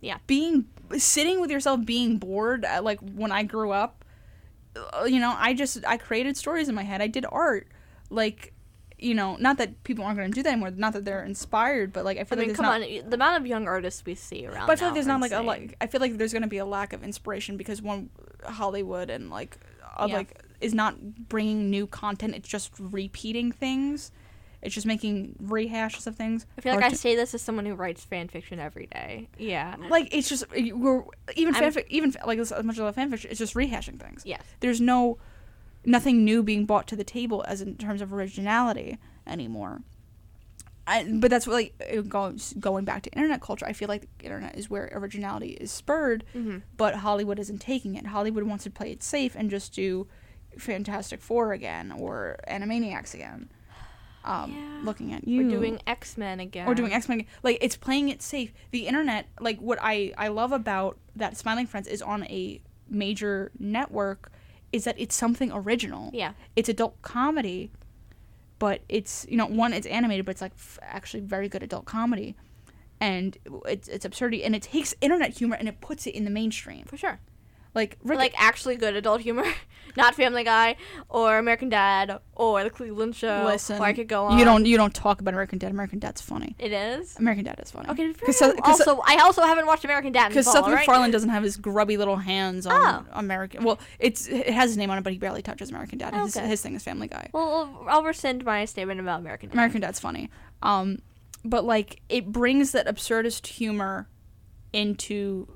Yeah.
being sitting with yourself being bored uh, like when i grew up uh, you know i just i created stories in my head i did art like you know not that people aren't going to do that anymore not that they're inspired but like i
I
feel like
mean,
there's
come
not,
on. The amount of young artists we see around.
but i feel like
now
there's
are
not like a
insane.
like i feel like there's going to be a lack of inspiration because one hollywood and like uh,
Yeah.
like is not bringing new content it's just repeating things it's just making rehashes of things
I feel like
Or
I
t-
say this as someone who writes fan fiction every day. Yeah.
like it's just we're even
I'm-
fanfic even like as much as I love fanfic it's just rehashing things
Yes.
there's no nothing new being brought to the table as in terms of originality anymore. I, but that's what, like it goes, going back to internet culture. I feel like the internet is where originality is spurred, but Hollywood isn't taking it. Hollywood wants to play it safe and just do Fantastic Four again or Animaniacs again. Um,
Yeah.
Looking at you,
We're doing X Men again.
or doing X Men. Like it's playing it safe. The internet, like what I I love about that Smiling Friends is on a major network, is that it's something original.
Yeah.
It's adult comedy, but it's you know one it's animated, but it's like f- actually very good adult comedy, and it's it's absurdity, and it takes internet humor and it puts it in the mainstream.
For sure.
Like Rick,
like actually good adult humor, not Family Guy or American Dad or The Cleveland Show.
listen,
or oh, I could go on.
You don't you don't talk about American Dad. American Dad's funny.
It is
American Dad is funny.
okay. to be
because
fair, also, I also haven't watched American Dad in
Because
fall,
Seth
all right?
MacFarlane doesn't have his grubby little hands on
Oh.
American. Well, it's it has his name on it, but he barely touches American Dad. His,
Okay.
his thing is Family Guy.
Well, I'll rescind my statement about American Dad.
American Dad's funny, um, but like it brings that absurdist humor into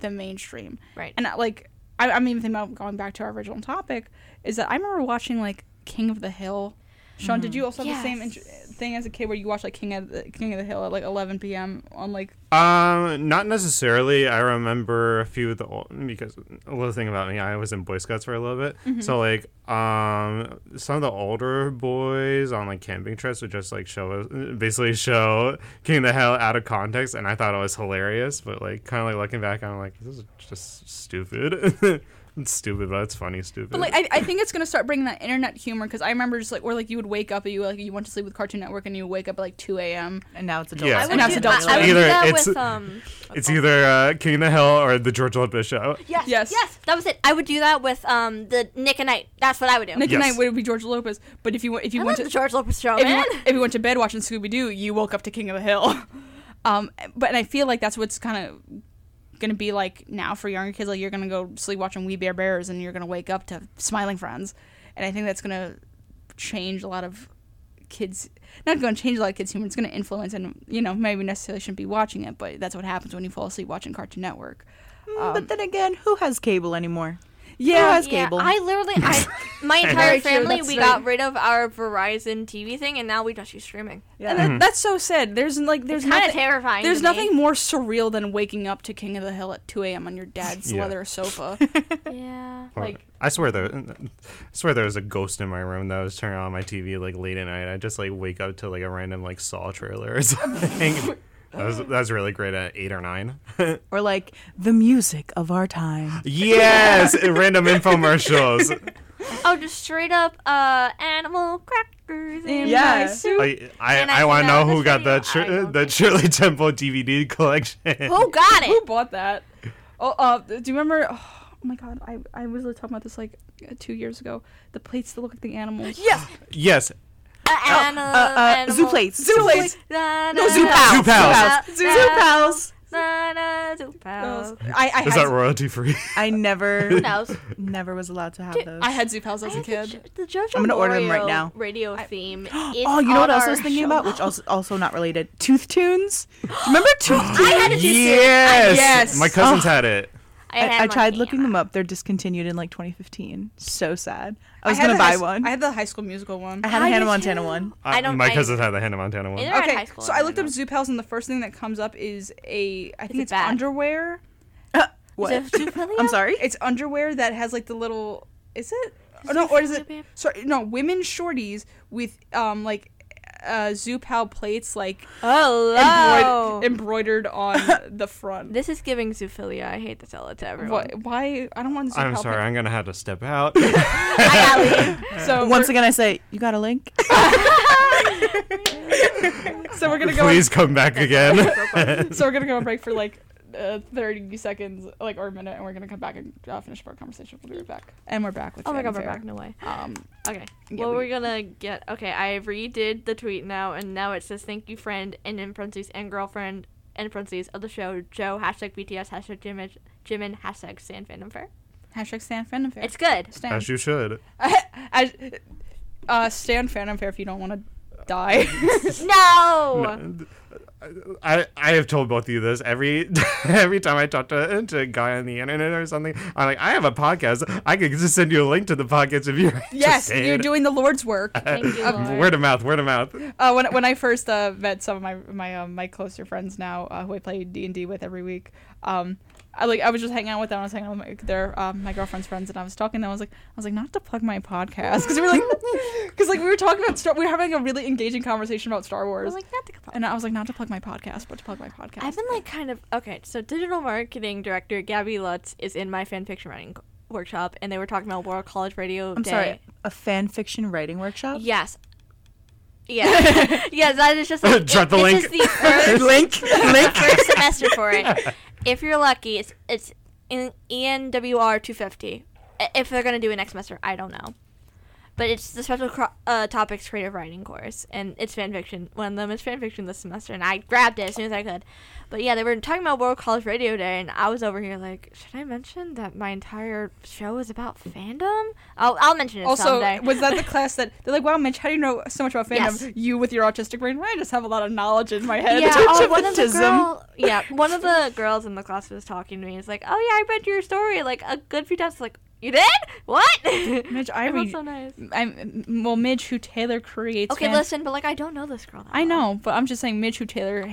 the mainstream.
Right.
And uh, like I, I'm even thinking about going back to our original topic is that I remember watching like King of the Hill. Sean, did you also have the same int-
Mm-hmm. Yes.
thing as a kid where you watched like King of the King of the Hill at like 11 p.m. on like
Um, not necessarily. I remember a few of the old because a little thing about me, I was in Boy Scouts for a little bit.
Mm-hmm.
So like, um, some of the older boys on like camping trips would just like show us, basically show King of the Hell out of context, and I thought it was hilarious. But like, kind of like looking back, I'm like, this is just stupid. it's stupid, but it's funny stupid.
But like, I, I think it's gonna start bringing that internet humor because I remember just like where like you would wake up and you like you went to sleep with Cartoon Network and you wake up at like two a.m.
And now it's adult.
Yeah.
I
And
would,
that's
do,
adult
I, I would do
Either
that
it's-
with um.
it's either uh, King of the Hell or the George Lopez show.
Yes,
Yes.
yes, That was it. I would do that with um the Nick and Knight. That's what I would do.
Nick and I
Yes.
would be George Lopez, but if you went- if you
I
went
love
to
the George Lopez show,
if you,
Oh, man.
went, if you went to bed watching Scooby Doo, you woke up to King of the Hill. Um, but and I feel like that's what's kind of gonna be like now for younger kids. Like you're gonna go sleep watching We Bear Bears and you're gonna wake up to Smiling Friends, and I think that's gonna change a lot of kids. Not gonna change a lot of kids' humor. It's gonna influence, and you know maybe necessarily shouldn't be watching it, but that's what happens when you fall asleep watching Cartoon Network. Um,
Mm, but then again, who has cable anymore?
Yeah,
who has cable?
I literally, I, my entire
Oh, Very true,
family,
that's
we
right.
got rid of our Verizon TV thing, and now we just use streaming.
And that, that's so sad. There's like there's
kinda
nothing
terrifying
There's
to me.
nothing more surreal than waking up to King of the Hill at 2 a.m. on your dad's
Yeah.
leather sofa.
Yeah.
like
I swear there, I swear there was a ghost in my room that was turning on my TV like late at night. I just like wake up to like a random like Saw trailer or something. that was that was really great at eight or nine.
or like the music of our time.
yes, random infomercials.
Oh, just straight up uh, animal crackers. In
Yeah.
my soup.
I I,
And I
I want to
found
know
out
who
this
got
video.
that
I
Shir-
don't
that Shirley Temple DVD collection.
Who got
who
it?
bought that? Oh, uh, do you remember? Oh my God, I I was talking about this like uh, two years ago. The plates that look like the animals.
Yes.
Yes.
an-
uh, uh,
animal.
Zooplates. Zooplates.
Na,
No,
na,
Zoo
na,
Pals.
Zoo Pals.
na,
Zoo
na,
pals.
na, na, Zoo Pals.
I, I
Is
had,
that royalty free?
I
Who
never,
knows?
never was allowed to have
Dude,
those.
I had zoo pals as a
I
kid.
think The, Jo- the JoJo
I'm gonna order 'em right
Mario
now.
Radio theme. is
oh, you know
on
what else I
our
was thinking
show
about, which also also not related. Tooth tunes. Remember tooth tunes?
I had a tooth too.
yes.
Yes.
My cousins had it.
I, had
I, I
my
tried
thing
looking
on.
them up. They're discontinued in like 2015. So sad. I was
had
gonna
the high
buy
s-
one.
I had the High School Musical one.
I had a
I
Hannah
did
Montana
too.
one.
I don't-
My
I-
cousins had the Hannah Montana one.
Either- They're in
Okay,
high school,
so
I
I
don't
looked up
know.
zoo pals, and the first thing that comes up is a I think
a
it's
bat.
underwear.
What?
Is it Zoophilia?
I'm sorry.
It's underwear that has like the little. Is it?
Is
Oh, no,
it
or is
Fruity
it?
Pebbles?
Sorry, no. Women's shorties with um like, uh, zoo pal plates like
Hello.
embroid- embroidered on the front.
this is giving zoophilia. I hate to tell it to everyone.
Why? Why? I don't want zoo
I'm
pal
sorry.
plates.
I'm gonna have to step out.
So
Once
we're-
again, I say you got a link.
so we're gonna go.
Please come back again.
On, so we're gonna go on break for like. Uh, 30 seconds, like, or a minute, and we're gonna come back and uh, finish up our conversation. We'll be right back. And we're back with
Oh my god, we're
fanfare.
back. No way.
Um,
Okay.
Yeah,
well,
we-
we... are gonna get. Okay, I redid the tweet now, and now it says thank you, friend, and in parentheses, and girlfriend, and parentheses, of the show, Joe, hashtag BTS, hashtag Jimin, Jimin hashtag Stan Fandom Fair.
hashtag Stan Phantom Fair.
It's good.
Stan.
As you should.
As, uh, Stan Phantom Fair if you don't want to die.
No!
I, I have told both of you this every every time I talk to, to a guy on the internet or something. I'm like, I have a podcast. I could just send you a link to the podcast if you're
yes,
interested.
you're doing the Lord's work.
Thank you, Lord.
Word of mouth, word of mouth.
Uh, when when I first uh, met some of my my um, my closer friends now uh, who I play D and D with every week, um, I like I was just hanging out with them. I was hanging out with my, their um, my girlfriend's friends, and I was talking. And I was like, I was like, not to plug my podcast because we were like, because like we were talking about Star- we were having a really engaging conversation about Star
I
Wars,
was like, not to complain.
and I was like, not to plug my podcast, but to plug my podcast.
Oh I've been like kind of okay. So digital marketing director Gabby Lutz is in my fan fiction writing workshop, and they were talking about World College Radio
I'm
Day.
sorry. A fan fiction writing workshop.
Yes. Yeah. yes, that is just like,
Drop
it-
the
this
link.
is the first,
link.
the first semester for it. If you're lucky, it's it's in E ENWR 250. I- If they're gonna do it next semester, I don't know. But it's the special cro- uh, topics creative writing course, and it's fan fiction. One of them is fan fiction this semester, and I grabbed it as soon as I could. But yeah, they were talking about World College Radio Day, and I was over here like, should I mention that my entire show is about fandom? I'll, I'll mention it
also,
someday.
was that the class that they're like, "Wow, Mitch, how do you know so much about fandom?
Yes.
You with your autistic brain? Well, I just have a lot of knowledge in my head."
yeah,
touch
oh,
of
one of the
autism.
girl, yeah, one of the girls in the class was talking to me. It's like, oh yeah, I read your story like a good few times. Like, you did? What?
Mitch, I
It was
read-
so nice.
I'm well, Midge, who Taylor creates.
Okay,
fan-
listen, but like I don't know this girl. That
I
well.
know, but I'm just saying, Midge, who Taylor,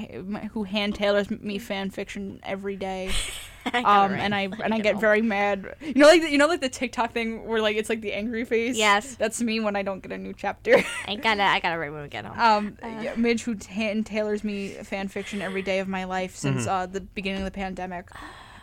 who hand tailors me fan fiction every day,
I know,
um,
right?
and I
Like,
and I
you
get
know.
very mad. You know, like the, you know, like the TikTok thing where like it's like the angry face.
Yes.
that's me when I don't get a new chapter.
I gotta, I gotta write when we get home.
um, yeah, Midge, who hand tailors me fan fiction every day of my life since uh, the beginning of the pandemic.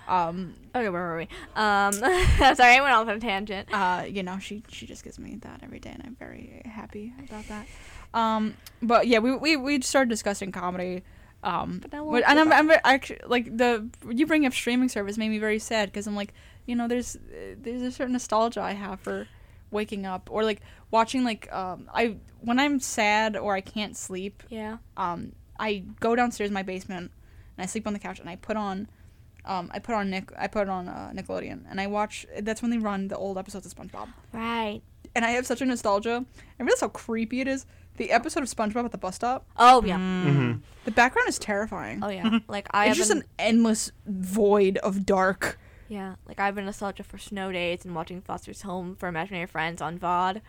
Um,
okay, where were we? Um, sorry, I went off on a tangent.
uh, you know, she she just gives me that every day, and I'm very happy about that. Um, but yeah, we we we started discussing comedy. Um,
But now we'll
but- and
go
I'm, I'm actually like the you bring up streaming service made me very sad because I'm like, you know, there's uh, there's a certain nostalgia I have for waking up or like watching like um I when I'm sad or I can't sleep
Yeah.
um, I go downstairs in my basement and I sleep on the couch and I put on, um, I put on Nick, I put on uh, Nickelodeon and I watch. That's when they run the old episodes of SpongeBob,
Right.
and I have such a nostalgia. I realize how creepy it is. The episode of SpongeBob at the bus stop.
Oh yeah.
Mm-hmm.
The background is terrifying.
Oh yeah. Like I
Mm. it's
have
just
an,
an endless void of dark.
yeah. Like I have been nostalgia for snow days and watching Foster's Home for Imaginary Friends on VOD.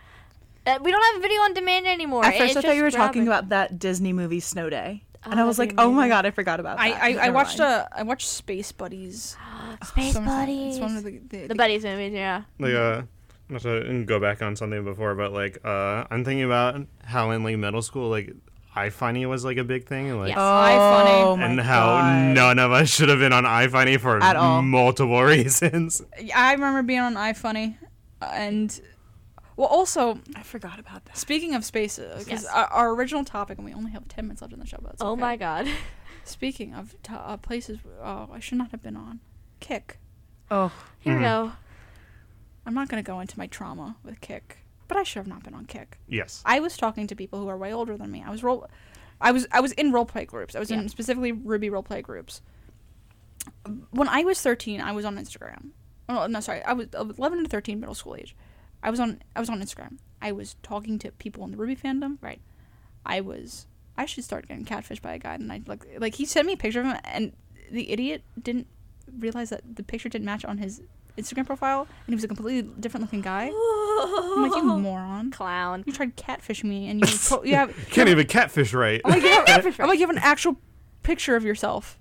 Uh, we don't have video on demand anymore.
At
It-
first,
it's
I thought you
just
were talking
grabbing.
about that Disney movie Snow Day,
Oh,
and I was
that'd
like,
be
oh my
amazing.
god, I forgot about that.
I, I, I
Never
watched
mind.
uh, I watched Space Buddies.
Oh, Space
Some of the-
Buddies.
Oh, It's one of the, the,
the buddies movies, yeah.
Like, uh, not to go back on something before, but like, uh, I'm thinking about how in like middle school, like, iFunny was like a big thing, and like,
Yes.
iFunny.
Oh, my
and how
God.
none of us should have been on iFunny for
At all.
multiple reasons.
I remember being on iFunny, and well, also
I forgot about that.
Speaking of space, because
Yes.
our, our original topic, and we only have 10 minutes left in the show, but that's
Oh
okay.
my god.
Speaking of to- uh, places uh, I should not have been on, Kick.
Oh,
Here we go.
I'm not going to go into my trauma with Kick. but I should have not been on Kick.
Yes.
I was talking to people who are way older than me. I was role, I was I was in role play groups. I was in specifically Ruby role play groups. When I was thirteen, I was on Instagram. Oh, no, sorry, I was eleven to thirteen, middle school age. I was on I was on Instagram. I was talking to people in the Ruby fandom.
Right.
I was I should start getting catfished by a guy, and I like like he sent me a picture of him, and the idiot didn't realize that the picture didn't match on his Instagram profile, and he was a completely different looking guy. I'm like you moron.
Clown.
You tried catfish me, and you pro- you have
Can't even catfish right.
I'm like, you have,
Catfish
I'm like, you have an actual picture of yourself.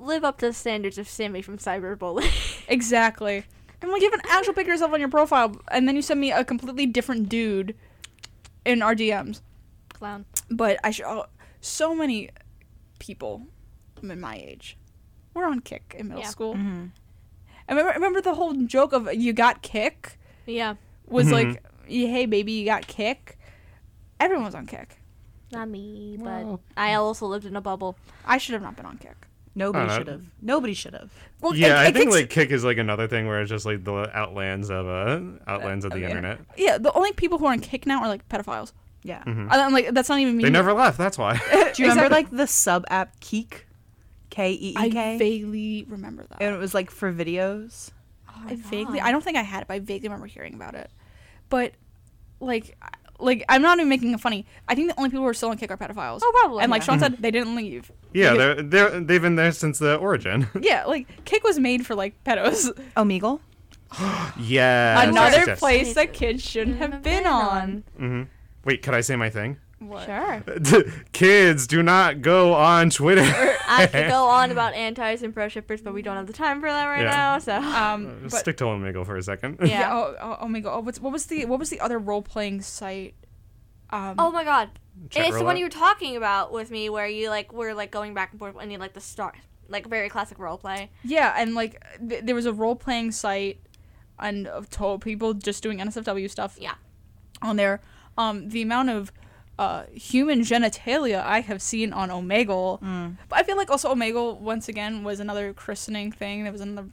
Live up to the standards of Sammy from Cyberbullying.
Exactly. I'm like, you have an actual picture of yourself on your profile, and then you send me a completely different dude in our DMs.
Clown.
But I should. Oh, so many people in my age were on kick in middle
Yeah.
school.
mm-hmm.
I remember, remember the whole joke of you got kick
Yeah.
was
Mhm.
like, hey baby, you got kick. Everyone was on kick.
Not me, but I also lived in a bubble.
I should have not been on kick.
Nobody
Uh,
should have. Nobody should have.
Well,
yeah,
it-
I
it
think
kicks-
like kick is like another thing where it's just like the outlands of uh outlands of the
Okay.
internet.
Yeah, the only people who are on kick now are like pedophiles.
Yeah.
Mm-hmm.
And I'm like, that's not even me.
Hmm. They never left. That's why.
Do you remember
Exactly.
like the sub app Keek? K E E
I
K. Oh
vaguely remember that.
And it was like for videos.
I vaguely. I don't think I had it, but I vaguely remember hearing about it. But like, I- like I'm not even making it funny. I think the only people who are still on kick are pedophiles.
Oh, probably.
And like
Yeah.
Sean
Hmm.
said, they didn't leave.
yeah,
Like,
they're they're they've been there since the origin.
yeah. Like kick was made for like pedos.
Omegle.
yeah.
Another
yes.
place that kids shouldn't have been on.
hmm Wait, could I say my thing?
What?
Sure.
Kids, do not go on Twitter.
I could go on about antis and pro shippers, but we don't have the time for that right
Yeah.
now. So
Um. But,
Uh, Stick to Omegle for a second.
yeah.
Yeah.
Oh, oh, oh my god. Oh, what's what was the what was the other role playing site? Um,
Oh my god.
Chat
and it's the one
roulette?
you were talking about with me where you like were like going back and forth and you like the star like very classic role play.
Yeah, and like th- there was a role playing site and of told people just doing NSFW stuff.
Yeah.
On there, um, the amount of uh, human genitalia I have seen on Omegle, but I feel like also Omegle once again was another christening thing. That was another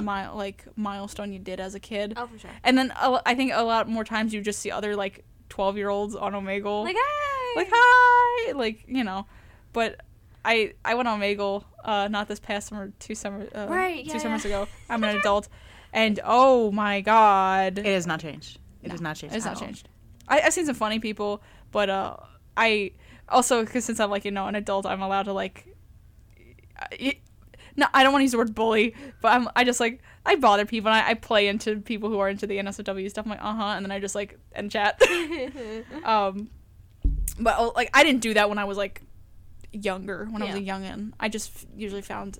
mile like milestone you did as a kid,
Oh for sure.
and then a lo- I think a lot more times you just see other like twelve year olds on Omegle,
Like hey
like hi, like you know, but. I, I went on Omegle uh, not this past summer, two summer uh,
Right,
two
yeah,
summers
yeah.
ago. I'm an adult, and oh my god,
It has not changed. It has not changed.
it's
at
not
all.
changed. I, I've seen some funny people, but uh, I also because since I'm like you know an adult, I'm allowed to like, I, no, I don't want to use the word bully, but I'm I just like I bother people and I, I play into people who are into the NSFW stuff. I'm like uh huh, and then I just like end chat. um, but oh, like I didn't do that when I was like younger. When I was a youngin, I just f- usually found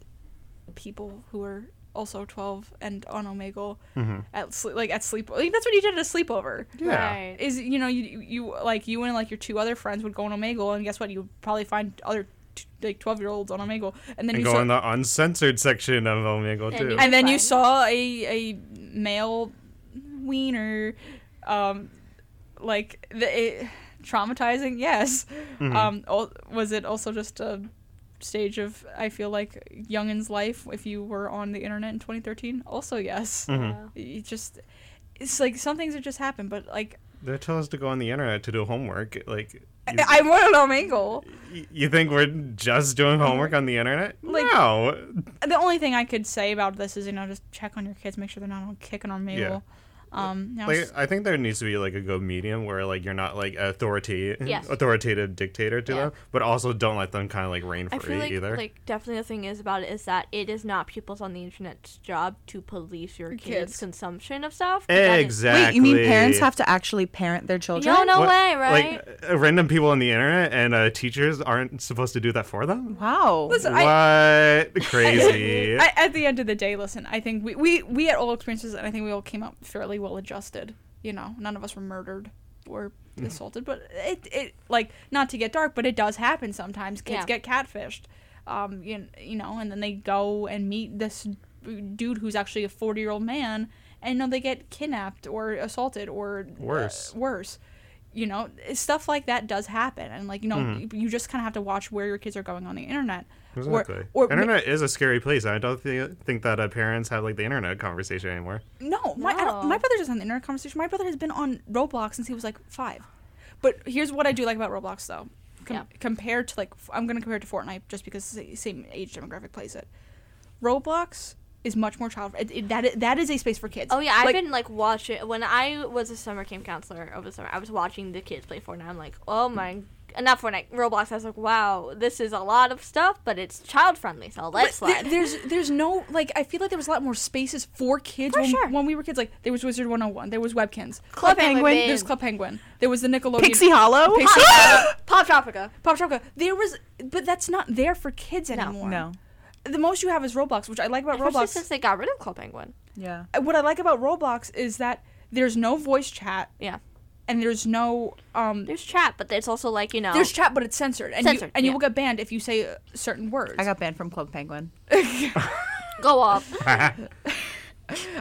people who were also 12 and on Omegle
Mhm.
at sleep like at sleep like, that's what you did at a sleepover
Yeah.
Right.
is you know you you like you and like your two other friends would go on Omegle and guess what you would probably find other t- like 12 year olds on Omegle and then
And
you
go
saw
in the uncensored section of Omegle
And
too.
you-
and then you
Fine.
saw a a male wiener um like the it, traumatizing yes
Mhm.
um al- was it also just a stage of I feel like youngin's life if you were on the internet in 2013 also yes
Mhm.
it just it's like some things that just happen but like
They tell us to go on the internet to do homework. Like, you,
I want an Omegle
y- you think we're just doing homework on the internet?
Like-
no.
the only thing I could say about this is you know just check on your kids, make sure they're not on kicking or meal.
Yeah.
Um, you know,
Like,
s-
I think there needs to be like a good medium where like you're not like authority,
Yes.
authoritative dictator to
Yeah.
them, but also don't let them kind of like reign
I
free
feel like,
either.
like definitely the thing is about it is that it is not pupils on the internet's job to police your kids',
kids.
consumption of stuff. 'cause that is-
exactly.
Wait, you mean parents have to actually parent their children?
No, no
What-
way, right?
Like uh, random people on the internet and uh, teachers aren't supposed to do that for them.
Wow.
Listen,
what
I,
crazy?
I, at the end of the day, listen, I think we, we we had all experiences, and I think we all came out fairly well adjusted. You know, none of us were murdered or
Mm-hmm.
assaulted, but it it like not to get dark, but it does happen sometimes. Kids
Yeah.
get catfished, um, you, you know, and then they go and meet this dude who's actually a forty year old man, and no, they get kidnapped or assaulted or uh,
Worse.
worse. you know stuff like that does happen and like you know
Mhm.
you just kind of have to watch where your kids are going on the internet Or-
Exactly.
or ma-
internet is a scary place. and I don't thi- think that uh, parents have like the internet conversation anymore.
No, my I don't,
No.
my brother doesn't have the internet conversation. My brother has been on Roblox since he was like five. But here's what I do like about Roblox though, Com-
Yeah.
compared to like f- I'm gonna compare it to Fortnite just because the same age demographic plays it. Roblox is much more child. It, it, that i- that is a space for kids.
Oh yeah, I've
Like,
been like watching when I was a summer camp counselor over the summer. I was watching the kids play Fortnite. I'm like, oh my, uh, not Fortnite, Roblox. I was like, wow, this is a lot of stuff, but it's child friendly, so
but
let's
th-
slide.
there's there's no like I feel like there was a lot more spaces for kids
For
when,
sure.
when we were kids. Like there was Wizard 101, there was Webkins,
Club
Penguin,
Penguin.
there's Club Penguin, there was the Nickelodeon
Pixie Hollow.
Pixie-
Pop Tropica.
Pop Tropica. There was, but that's not there for kids
No.
anymore.
no.
the most you have is Roblox, which I like about
Especially
Roblox.
since they got rid of Club Penguin.
Yeah.
what I like about Roblox is that there's no voice chat
Yeah,
and there's no um
there's chat, but it's also like you know,
there's chat but it's censored and you,
Censored,
and you
yeah.
will get banned if you say uh, certain words.
I got banned from Club Penguin.
go off.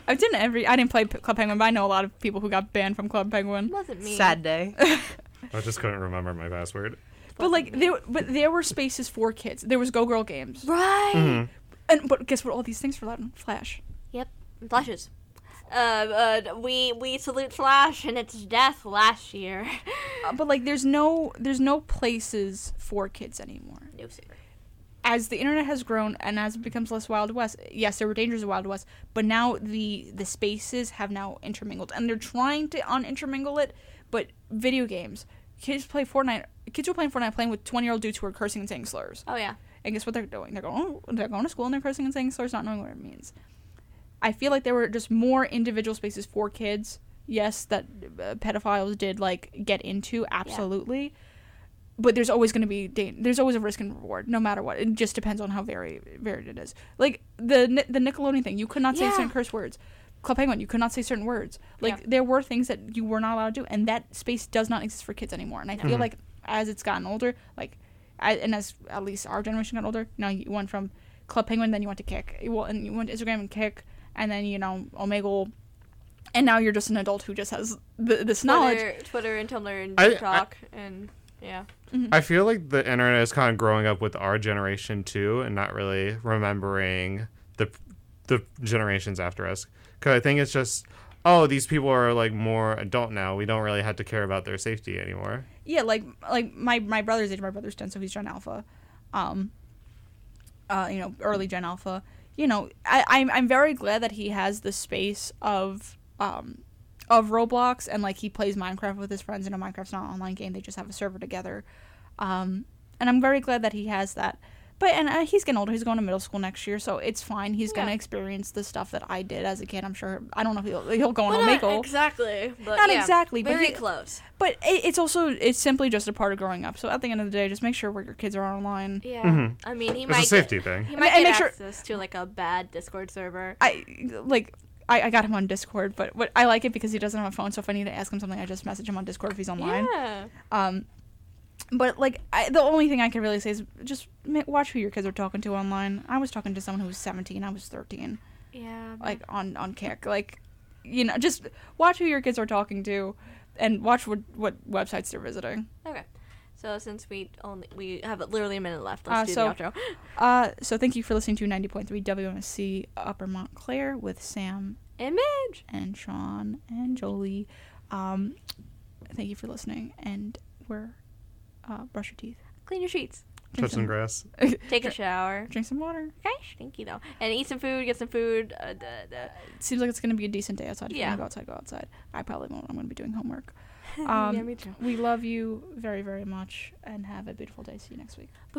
I didn't every I didn't play P- Club Penguin, but I know a lot of people who got banned from Club Penguin.
wasn't me.
Sad day.
I just couldn't remember my password.
But like there but there were spaces for kids. There was Go Girl games.
Right.
Mhm.
And but guess what all these things were allowed in Flash.
Yep. Flashes. Uh, uh, we we salute Flash and its death last year.
Uh, but like there's no there's no places for kids anymore.
no secret.
as the internet has grown and as it becomes less Wild West, yes, there were dangers of Wild West, but now the the spaces have now intermingled, and they're trying to unintermingle it. But video games, kids play Fortnite. Kids were playing Fortnite, playing with twenty year old dudes who are cursing and saying slurs.
Oh yeah.
And guess what they're doing? They're going they're going to school and they're cursing and saying slurs, not knowing what it means. I feel like there were just more individual spaces for kids. Yes, that uh, pedophiles did like get into absolutely, but there's always going to be dan- there's always a risk and reward no matter what. It just depends on how very varied it is. Like the Ni- the Nickelodeon thing, you could not say
Yeah.
certain curse words. Club Penguin, you could not say certain words. Like
Yeah.
there were things that you were not allowed to do, and that space does not exist for kids anymore. And I feel like as it's gotten older, like I, and as at least our generation got older, you know, you went from Club Penguin, then you went to Kick, well, and you went to Instagram and Kick, and then you know Omegle, and now you're just an adult who just has th- this knowledge.
Twitter, Twitter and Tumblr and
I- I-
TikTok and yeah.
I feel like the internet is kind of growing up with our generation too, and not really remembering the the generations after us. Because I think it's just, oh, these people are like more adult now. We don't really have to care about their safety anymore.
yeah like like my my brother's age my brother's 10 so he's gen alpha um uh you know early gen alpha you know i i'm, I'm very glad that he has the space of um of roblox and like he plays minecraft with his friends you know minecraft's not an online game they just have a server together um and i'm very glad that he has that but and uh, he's getting older he's going to middle school next year so it's fine he's
Yeah.
gonna experience the stuff that i did as a kid i'm sure i don't know if he'll, he'll go on
Well,
omegle
exactly. But
Not
yeah,
exactly, but
Very
he-
close.
but it, it's also it's simply just a part of growing up. So at the end of the day, just make sure where your kids are online.
Yeah.
Mhm.
I mean, he
It's
might.
a safety
get,
thing.
He
And-
might
and
get
make sure-
access to like a bad Discord server.
I like I, I got him on Discord, but what I like it because he doesn't have a phone. So if I need to ask him something, I just message him on Discord if he's online.
Yeah.
Um, but like I, the only thing I can really say is just ma- watch who your kids are talking to online. I was talking to someone who was 17. I was 13.
Yeah.
Like on on Kick. Like you know, just watch who your kids are talking to, and watch what what websites they're visiting.
okay. So since we only we have literally a minute left,
Uh,
let's do
so-
the outro.
Uh, so thank you for listening to 90.3 WMSC Upper Montclair with Sam
Image.
and Sean and Jolie. Um, thank you for listening, and we're uh, brush your teeth,
Clean your sheets.
Touch some grass.
Take a shower.
drink some water.
Okay. Thank you though. And eat some food. Get some food. Uh, the, the,
It seems like it's gonna be a decent day outside. If you
Yeah.
wanna go outside, go outside. I probably won't. I'm gonna be doing homework.
yeah,
Um,
me too.
we love you very, very much, and have a beautiful day. See you next week.